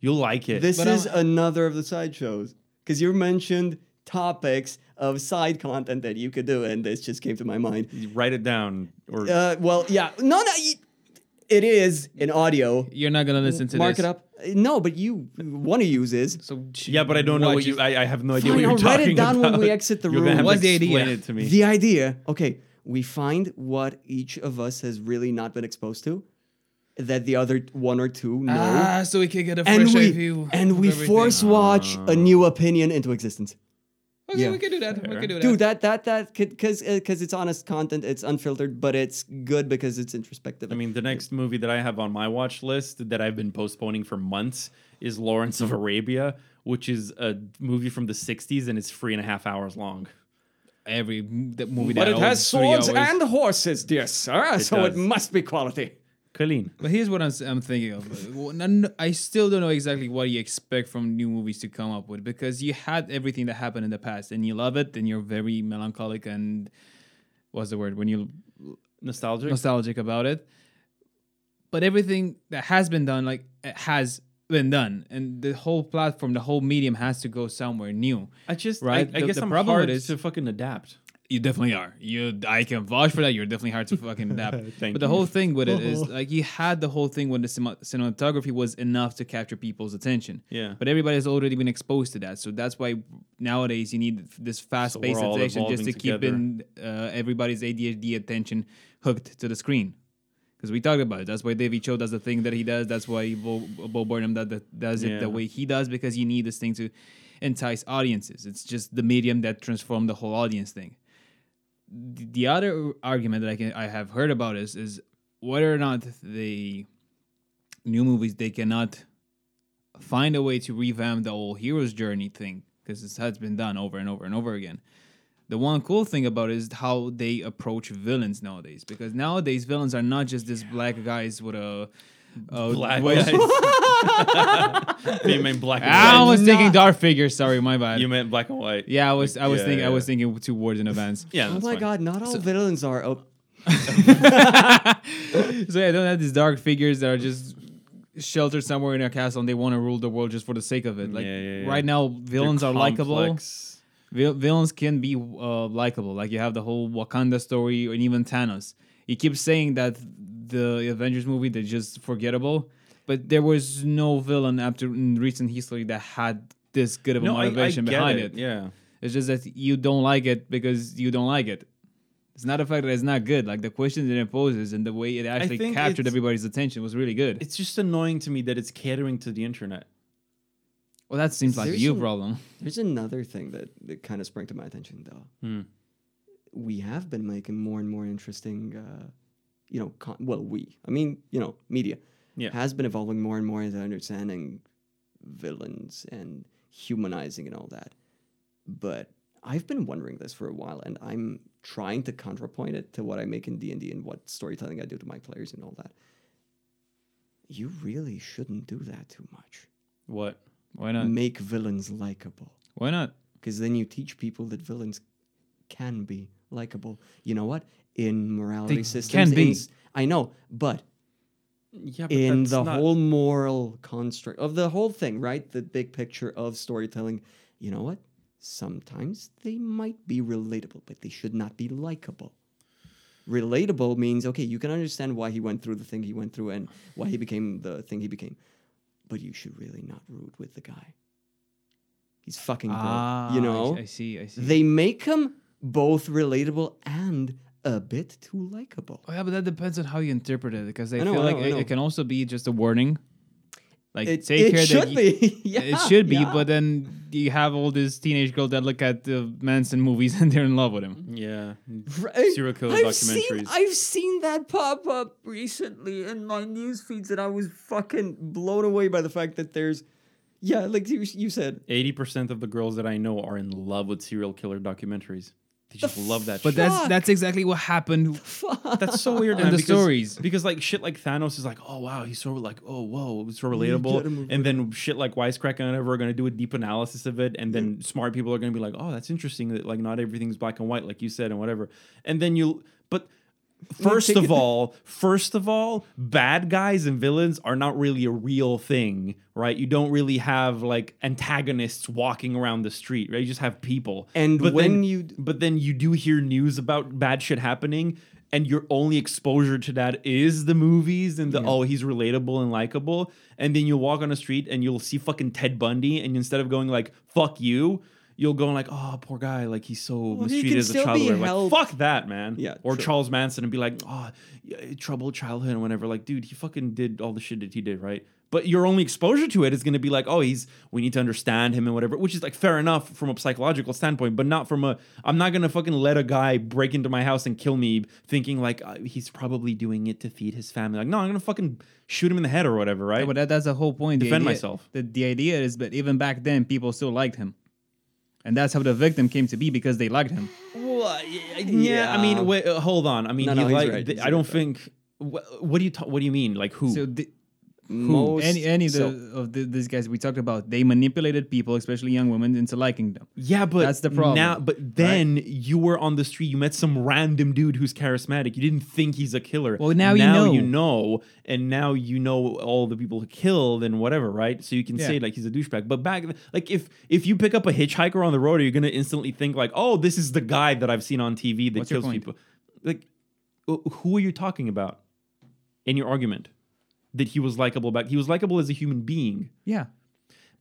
You'll like it. This But is I'm- another of the sideshows because you mentioned topics of side content that you could do, and this just came to my mind. write it down or Uh, well, yeah, no, no, y- it is in audio. You're not gonna listen to Mark this. it up. Uh, No, but you one of yous is. So yeah, but I don't know watch what you. it. I, I have no idea Fine, what you're I'll write talking it down when about. we exit the You're gonna room. have to What's the explain idea? it to me. The idea, okay, we find what each of us has really not been exposed to, that the other one or two know, ah, so we can get a fresh and we review. and of we everything. force watch a new opinion into existence. Okay, yeah. we can do that. We can do that. Dude, that that that because because it's honest content, it's unfiltered, but it's good because it's introspective. I mean, the next movie that I have on my watch list that I've been postponing for months is Lawrence of Arabia, which is a movie from the 60s and it's three and a half hours long. every m- that movie that always three hours. horses, dear sir, so it does. must be quality. Colleen. But here's what I'm, s- I'm thinking of. Well, none- I still don't know exactly what you expect from new movies to come up with because you had everything that happened in the past and you love it and you're very melancholic and what's the word when you're Nostalgic? nostalgic about it. But everything that has been done, like it has been done, and the whole platform, the whole medium has to go somewhere new. I just, Right, I, I the- guess the I'm problem hard is- to fucking adapt. You definitely are. You, I can vouch for that. You're definitely hard to fucking adapt. Thank but the you. whole thing with it is like you had the whole thing when the cima- cinematography was enough to capture people's attention. Yeah. But everybody's already been exposed to that, so that's why nowadays you need this fast-paced all attention just evolving to keep together. in uh, everybody's ADHD attention hooked to the screen. Because we talked about it. That's why David Cho does the thing that he does. That's why Bo, Bo Burnham that, that does it Yeah. the way he does because you need this thing to entice audiences. It's just the medium that transformed the whole audience thing. The the other argument that I can I have heard about is is whether or not the new movies they cannot find a way to revamp the whole hero's journey thing because this has been done over and over and over again. The one cool thing about it is how they approach villains nowadays because nowadays villains are not just these black guys with a, a Black waist- guys. you meant black and I white. was thinking dark figures. Sorry, my bad. You meant black and white. yeah, I was I was Yeah, thinking I yeah. was thinking two words in advance. Yeah. Oh that's my fine. god, not all villains are. Oh, so yeah, don't have these dark figures that are just sheltered somewhere in a castle and they want to rule the world just for the sake of it. Like Yeah, yeah, yeah. right now, villains They're are likable. complex. Vil- villains can be uh, likable. Like you have the whole Wakanda story, and even Thanos. You keep saying that the Avengers movie they're just forgettable, but there was no villain after in recent history that had this good of a No, I, I motivation get behind it. Yeah. It's just that you don't like it because you don't like it. It's not the fact that it's not good. Like the questions it poses and the way it actually think captured it's- everybody's attention was really good. It's just annoying to me that it's catering to the internet. Well, that seems like There's you some- problem. there's another thing that, that kind of sprang to my attention though. we have been making more and more interesting, uh, you know, con- well, we, I mean, you know, media Yeah. has been evolving more and more into understanding villains and humanizing and all that. But I've been wondering this for a while, and I'm trying to counterpoint it to what I make in D and D and what storytelling I do to my players and all that. You really shouldn't do that too much. What? Why not? Make villains likable Why not? because then you teach people that villains can be likable. You know what? In morality They systems, can in be. s- I know, but Yeah, but in that's the not- whole moral construct of the whole thing, right? The big picture of storytelling. You know what? Sometimes they might be relatable, but they should not be likable. Relatable means, okay, you can understand why he went through the thing he went through and why he became the thing he became, but you should really not root with the guy. He's fucking dope, you Ah, I- know? I see. I see. They make him both relatable and a bit too likable. oh yeah, but that depends on how you interpret it because I, I know, feel I like know, I it, know. it can also be just a warning. Like It, take it care should that you, be. yeah, it should be, yeah. but then you have all these teenage girls that look at the Manson movies and they're in love with him. Yeah. Right? serial killer Seen, documentaries. I've seen that pop up recently in my news feeds, and I was fucking blown away by the fact that there's, yeah, like you, you said, 80% of the girls that I know are in love with serial killer documentaries. They just love that But shit. that's Fuck. that's exactly what happened. fuck. that's so weird. And man, the because- stories. because like shit like Thanos is like, oh wow, he's so like, oh whoa, it's so get him relatable. over And then shit like Wisecrack and whatever are gonna do a deep analysis of it, and then smart people are gonna be like, oh, that's interesting that like not everything's black and white, like you said, and whatever. And then you, but first take of it- all, first of all, bad guys and villains are not really a real thing, right? You don't really have like antagonists walking around the street, right? You just have people. And but when then, you- but then you do hear news about bad shit happening, and your only exposure to that is the movies and the oh he's relatable and likable. And then you walk on the street and you'll see fucking Ted Bundy, and instead of going like fuck you. You'll go like, oh, poor guy, like he's so mistreated can as a still child. be or whatever." held- Like, fuck that, man. Yeah, Or true. Charles Manson and be like, oh, yeah, troubled childhood and whatever. Like, dude, he fucking did all the shit that he did, right? But your only exposure to it is going to be like, oh, he's, we need to understand him and whatever, which is like fair enough from a psychological standpoint, but not from a, I'm not going to fucking let a guy break into my house and kill me thinking like uh, he's probably doing it to feed his family. Like, no, I'm going to fucking shoot him in the head or whatever, right? Yeah, but that, that's the whole point. The Defend idea- myself. The, the idea is, but even back then, people still liked him, and that's how the victim came to be because they liked him. Well, yeah, yeah, I Yeah. mean, wait, uh, hold on. I mean, No, he no, he's like, right, th- he's I don't right, though. think. Wh- what do you ta- What do you mean? Like who? So the, who, Most, any any of, the, so- of the, these guys we talked about, they manipulated people, especially young women, into liking them. Yeah, but That's the problem, Now, but then you were on the street. You met some random dude who's charismatic. You didn't think he's a killer. Well, now you know. You know, and now you know all the people who killed and whatever, right? So you can Yeah. say like he's a douchebag. But back, like if if you pick up a hitchhiker on the road, you're gonna instantly think like, oh, this is the guy that I've seen on TV that What's your kills point? people. Like, wh- who are you talking about in your argument? That he was likable back. He was likable as a human being. Yeah,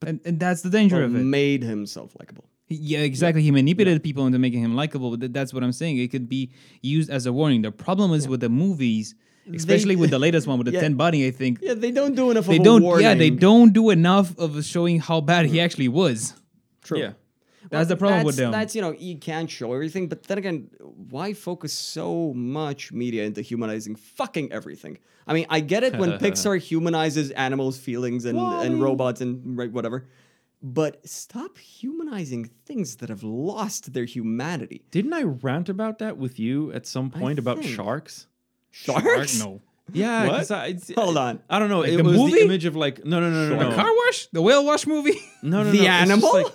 and and that's the danger well, of it. made himself likable. Yeah, exactly. He manipulated people into making him likable. But th- that's what I'm saying. It could be used as a warning. The problem is with the movies, especially with the latest one with the Yeah. ten body. I think Yeah, they don't do enough they of don't. a warning. Yeah, they don't do enough of showing how bad he actually was. True. Yeah. That's the problem that's, with them. That's you know you can't show everything, but then again, why focus so much media into humanizing fucking everything? I mean, I get it when Pixar humanizes animals' feelings and and robots and right, whatever, but stop humanizing things that have lost their humanity. Didn't I rant about that with you at some point about think- sharks? Sharks? no. Yeah, What? 'cause I, it's- Hold on. I don't know. Like it the was movie? the image of like no, no, no, no, The no, car wash, the whale wash movie. no, no, no. It's The just animal? like-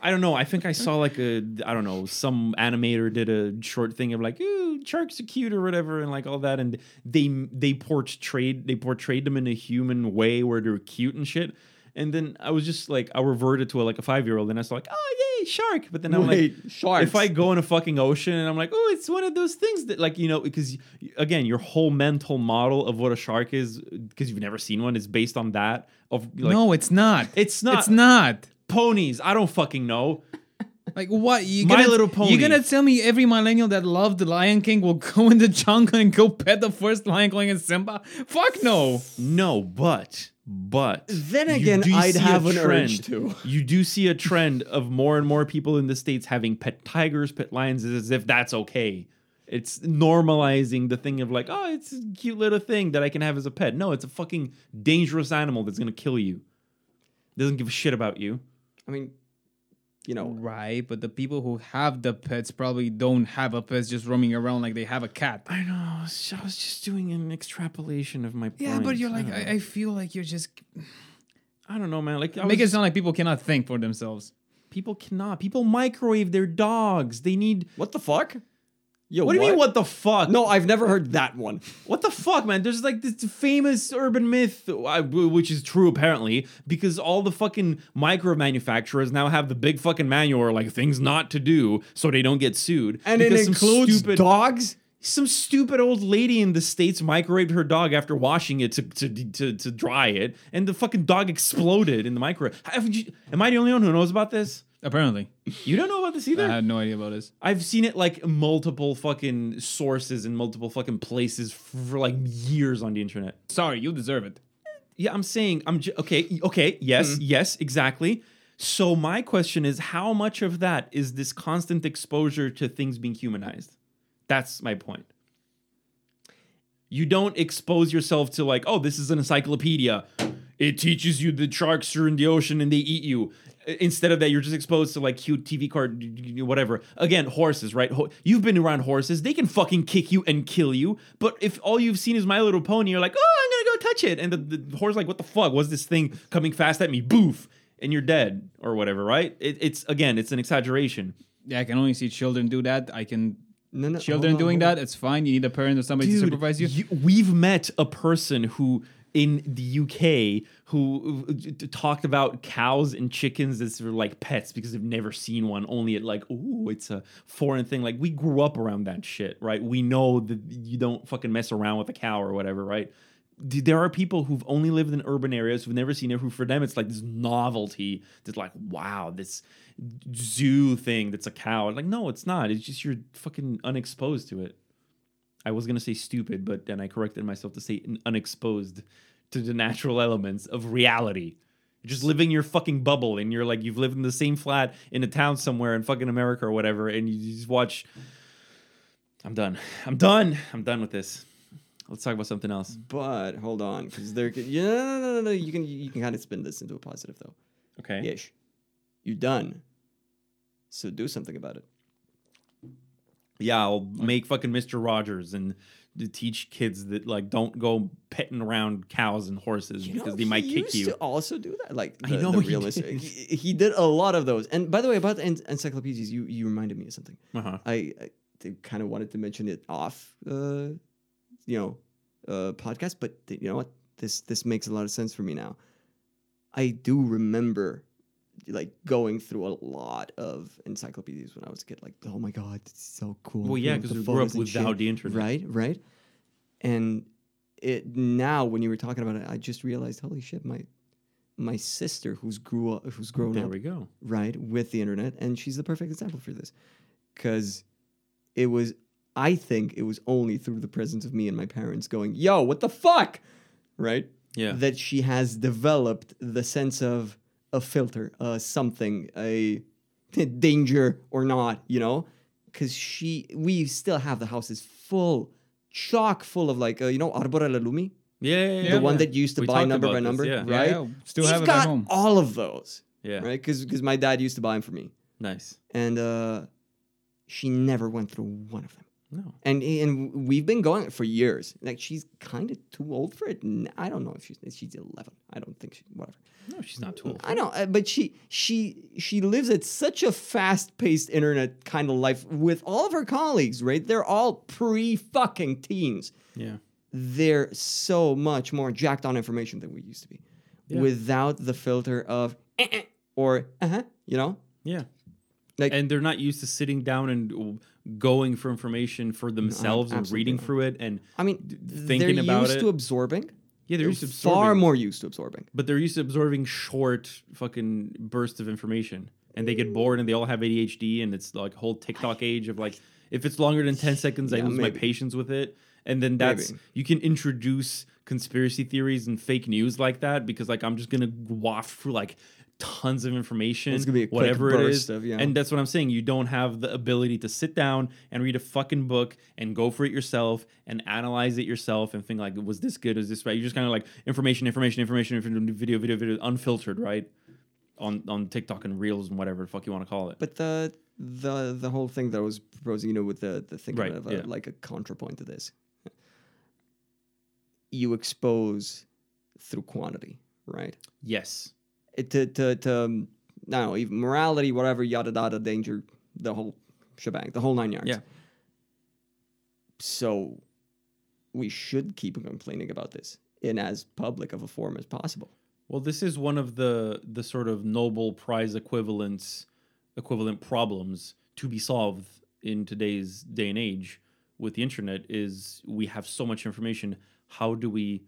I don't know. I think Hmm. I saw like a I don't know some animator did a short thing of like ooh sharks are cute or whatever and like all that and they they portrayed they portrayed them in a human way where they're cute and shit. And then I was just like I reverted to like a five year old and I was like oh yay shark, but then I'm Wait, like sharks. If I go in a fucking ocean and I'm like, oh, it's one of those things that, like, you know, because y- again, your whole mental model of what a shark is, because you've never seen one, is based on that of like no, it's not. It's not. It's not. ponies. I don't fucking know. Like what? You My gonna, Little Pony. You gonna tell me every millennial that loved the Lion King will go in the jungle and go pet the first lion going in Simba? Fuck no. No, but but Then you again, do I'd see a have an trend. urge to. You do see a trend of more and more people in the states having pet tigers, pet lions, as if that's okay. It's normalizing the thing of like, oh, it's a cute little thing that I can have as a pet. No, it's a fucking dangerous animal that's gonna kill you. Doesn't give a shit about you. I mean, you know, Right, but the people who have the pets probably don't have a pet just roaming around like they have a cat. I know. I was just doing an extrapolation of my. Yeah, but you're like, I, I feel like you're just I don't know, man. Like, I make it sound like people cannot think for themselves. people cannot. People microwave their dogs. They need what the fuck? Yo, What do you mean? What the fuck? No, I've never heard that one. What the fuck, man? There's like this famous urban myth, I- which is true apparently, because all the fucking micro manufacturers now have the big fucking manual, like things not to do, so they don't get sued. And it Because some includes stupid- dogs. some stupid old lady in the states microwaved her dog after washing it to to to, to dry it, and the fucking dog exploded in the microwave. Have you- am I the only one who knows about this? Apparently, You don't know about this I either. had no idea about this. I've seen it like multiple fucking sources and multiple fucking places for like years on the internet. Sorry, you deserve it. Yeah, I'm saying I'm j- okay. y- Okay, yes, yes, exactly. So my question is, how much of that is this constant exposure to things being humanized? That's my point. You don't expose yourself to like, oh, this is an encyclopedia. It teaches you that sharks are in the ocean and they eat you. I- Instead of that, you're just exposed to like cute TV card, d- d- d- whatever. Again, horses, right? Ho- you've been around horses; they can fucking kick you and kill you. But if all you've seen is My Little Pony, you're like, oh, I'm gonna go touch it, and the, the horse like, what the fuck was this thing coming fast at me? Boof, and you're dead or whatever, right? It, it's again, it's an exaggeration. Yeah, I can only see children do that. I can No, no, children hold on, doing hold on. that. It's fine. You need a parent or somebody to supervise you. We've met a person who in the UK who uh, t- talked about cows and chickens as sort of like pets because they've never seen one. Only at like, ooh, it's a foreign thing. Like we grew up around that shit, right? We know that you don't fucking mess around with a cow or whatever, right? D- There are people who've only lived in urban areas who've never seen it. Who for them it's like this novelty. That's like, wow, this zoo thing that's a cow. Like, no, it's not. It's just you're fucking unexposed to it. I was gonna say stupid, but then I corrected myself to say un- unexposed to the natural elements of reality. You're just living your fucking bubble, and you're like you've lived in the same flat in a town somewhere in fucking America or whatever, and you just watch. I'm done. I'm done. I'm done with this. Let's talk about something else. But hold on, because there. Yeah, no, no, no, no, no. You can you can kind of spin this into a positive though. Okay. Ish. You're done. So do something about it. Yeah, I'll make fucking Mr. Rogers and to teach kids that like don't go petting around cows and horses You know, because they might he kick used you. To also do that, like I the, know the he real did. mystery. He, he did a lot of those. And by the way, about the en- encyclopedias, you you reminded me of something. Uh-huh. I, I kind of wanted to mention it off, uh, you know, uh, podcast, but th- you know what? This this makes a lot of sense for me now. I do remember like going through a lot of encyclopedias when I was a kid. Like, oh my god, it's so cool. Well, yeah, Look at because the we grew up photos and shit. without the internet. Right, right. And it now when you were talking about it, I just realized, holy shit, my my sister who's grew up who's grown There up we go. right with the internet and she's the perfect example for this because it was i think it was only through the presence of me and my parents going yo what the fuck right Yeah. that she has developed the sense of a filter uh, something a danger or not you know because she we still have the houses full chock full of like uh, you know arbora la lumi Yeah, yeah, yeah, the one yeah. that you used to We buy talked number about by this, number yeah. Yeah, right yeah, still He's have it got at home. all of those Yeah. right because because my dad used to buy them for me Nice. and uh, she never went through one of them. No. And and we've been going for years. Like she's kind of too old for it. N- I don't know if she's she's eleven. I don't think she whatever. No, she's not too old. I know, uh, but she she she lives at such a fast paced internet kind of life with all of her colleagues. Right? They're all pre fucking teens. Yeah. They're so much more jacked on information than we used to be, Yeah. without the filter of "Eh-eh," or uh huh. You know, Yeah. Like- and they're not used to sitting down and w- going for information for themselves and absolutely reading not. through it and I mean, d- they're thinking about used it. to absorbing. yeah, they're used to absorbing, far more used to absorbing. but they're used to absorbing short fucking bursts of information, and they get bored and they all have ADHD, and it's like whole TikTok age of like if it's longer than ten seconds, I Yeah, lose my maybe. patience with it, and then that's Maybe. you can introduce conspiracy theories and fake news like that because like I'm just gonna waft through like tons of information, It's gonna be a quick whatever it burst is, of, yeah. and that's what I'm saying. You don't have the ability to sit down and read a fucking book and go for it yourself and analyze it yourself and think like, was this good? Is this right? You're just kind of like information, information, information, information, video, video, video, unfiltered, right? On on TikTok and Reels and whatever the fuck you want to call it. But the the the whole thing that I was proposing, you know, with the the thing Right, of uh, yeah. like a contrapoint to this, you expose through quantity, right? yes, It, to to to um, I don't know, even morality, whatever, yada yada, danger, the whole shebang, the whole nine yards. Yeah. So we should keep complaining about this in as public of a form as possible. Well, this is one of the the sort of Nobel Prize equivalents equivalent problems to be solved in today's day and age with the internet is we have so much information. How do we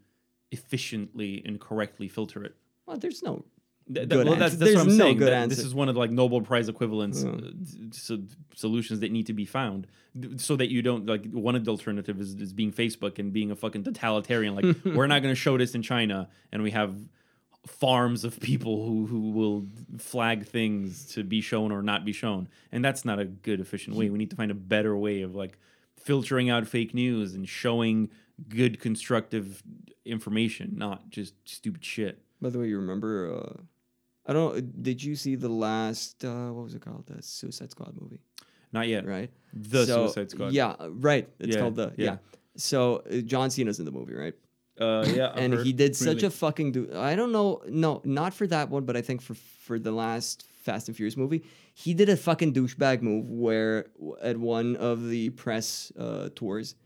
efficiently and correctly filter it? Well, there's no Th- th- Good well, that's, answer. that's what There's I'm no saying. good that This answer. Hmm. is one of like Nobel Prize equivalents Yeah. uh, d- so, solutions that need to be found, th- so that you don't like one of the alternative is, is being Facebook and being a fucking totalitarian. Like we're not going to show this in China, and we have farms of people who who will flag things to be shown or not be shown, and that's not a good efficient Hmm. way. We need to find a better way of like filtering out fake news and showing good constructive information, not just stupid shit. By the way, you remember? Uh, I don't. Did you see the last? Uh, what was it called? The Suicide Squad movie, Not yet. right? The So, Suicide Squad. Yeah, right. It's Yeah, called the yeah. yeah. So uh, John Cena's in the movie, right? Uh, yeah, I've and heard. he did such Really? a fucking do. I don't know. No, not for that one, but I think for for the last Fast and Furious movie, he did a fucking douchebag move where w- at one of the press uh, tours,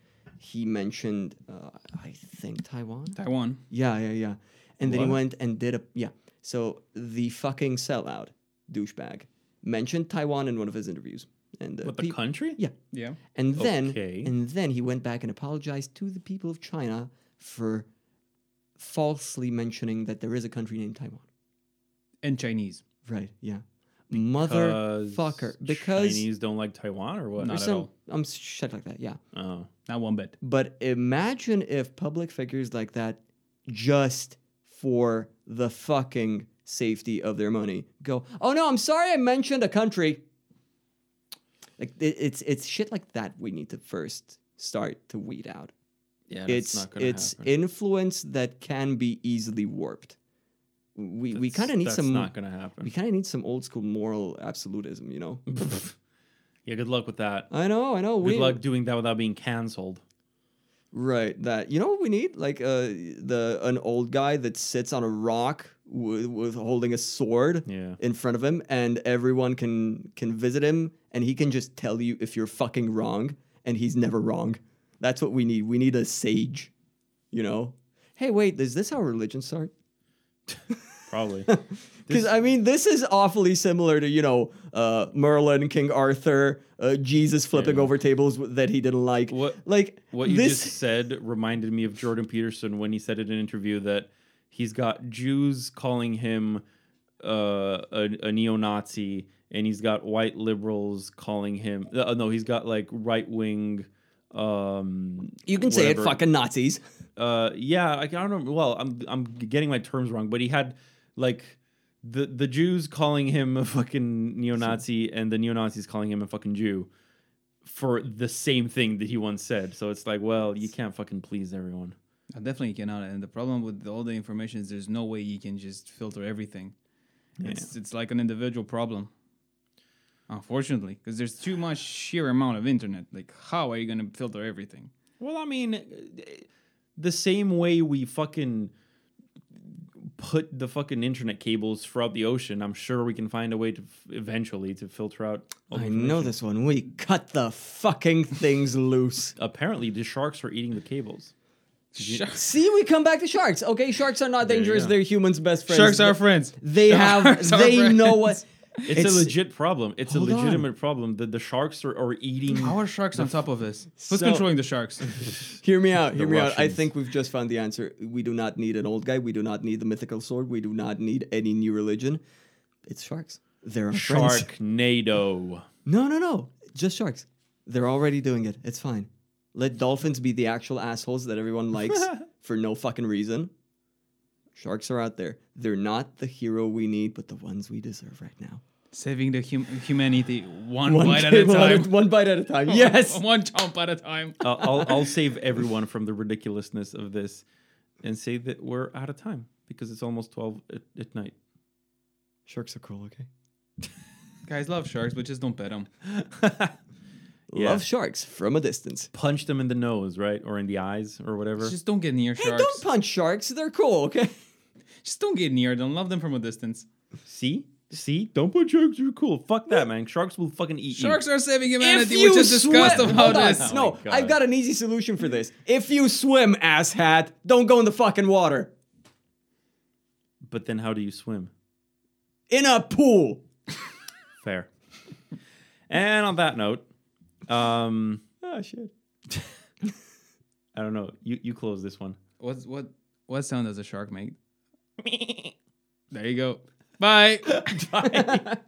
he mentioned uh, I think Taiwan. Taiwan. Yeah, yeah, yeah. And then he What? went and did a yeah. So the fucking sellout douchebag mentioned Taiwan in one of his interviews, and uh, What the peop- country? yeah, Yeah. and then Okay. and then he went back and apologized to the people of China for falsely mentioning that there is a country named Taiwan. And Chinese. Right? Yeah. Motherfucker. Uh, Because Chinese don't like Taiwan or what? Not there's at some all. um shit like that. Yeah. Oh, Not one bit. But imagine if public figures like that, just for the fucking safety of their money, go, "Oh no, I'm sorry, I mentioned a country." Like it, it's it's shit like that we need to first start to weed out. yeah, it's it's influence that can be easily warped. We we kind of need that's some not gonna happen. we kind of need some old school moral absolutism, you know. yeah, good luck with that. I know, I know. Good Oh, we, luck doing that without being canceled. Right, that you know what we need like uh the an old guy that sits on a rock with, with holding a sword Yeah. in front of him, and everyone can can visit him, and he can just tell you if you're fucking wrong, and he's never wrong. That's what we need. We need a sage, you know. Hey, wait, is this how religions start? Probably. Because I mean, this is awfully similar to you know uh, Merlin, King Arthur, uh, Jesus flipping Yeah. over tables w- that he didn't like. What- like what you this? just said reminded me of Jordan Peterson when he said in an interview that he's got Jews calling him uh, a, a neo-Nazi, and he's got white liberals calling him. Uh, no, he's got like right-wing. Um, you can say it, whatever. fucking Nazis. uh yeah like, i don't know well i'm i'm getting my terms wrong but he had like the the jews calling him a fucking neo-nazi and the neo-nazis calling him a fucking jew for the same thing that he once said so it's like well you can't fucking please everyone I definitely cannot. And the problem with all the information is there's no way you can just filter everything. It's it's like an individual problem. Unfortunately, because there's too much sheer amount of internet. Like, how are you gonna filter everything? Well, I mean, the same way we fucking put the fucking internet cables throughout the ocean, I'm sure we can find a way to f- eventually to filter out. Oh, all the I information. know this one. We cut the fucking things loose. Apparently, the sharks are eating the cables. See, we come back to sharks. Okay, sharks are not you dangerous. go. They're humans' best friends. Sharks They- are friends. They have. Sharks are They friends. know what. It's, a legit problem. It's a Hold on. legitimate problem that the sharks are, are eating. How are sharks on top of this? Who's So- controlling the sharks? Hear me out. Hear me out. I Russians. think we've just found the answer. We do not need an old guy. We do not need the mythical sword. We do not need any new religion. It's sharks. They're our friends. Sharknado. No, no, no. Just sharks. They're already doing it. It's fine. Let dolphins be the actual assholes that everyone likes for no fucking reason. Sharks are out there. They're not the hero we need, but the ones we deserve right now. Saving the hum- humanity one, One bite at a table time. one bite at a time. Yes. one chomp at a time. Uh, I'll, I'll save everyone from the ridiculousness of this and say that we're out of time because it's almost 12 at, at night. Sharks are cool, okay? Guys love sharks, but just don't pet them. Yeah. Love sharks from a distance. punch them in the nose, right, or in the eyes, or whatever. Just don't get near Hey, sharks. don't punch sharks. They're cool, okay? just don't get near them. Love them from a distance. See, See, don't put sharks through cool. Fuck that, man. Sharks will fucking eat Sharks you. are saving If humanity. you We just discussed swim- about Hold on. this. Oh No, my God. I've got an easy solution for this. If you swim, asshat, don't go in the fucking water. But then how do you swim? In a pool. Fair. and on that note, um, Oh shit. I don't know. You you close this one. What's what? What sound does a shark make? there you go. Bye.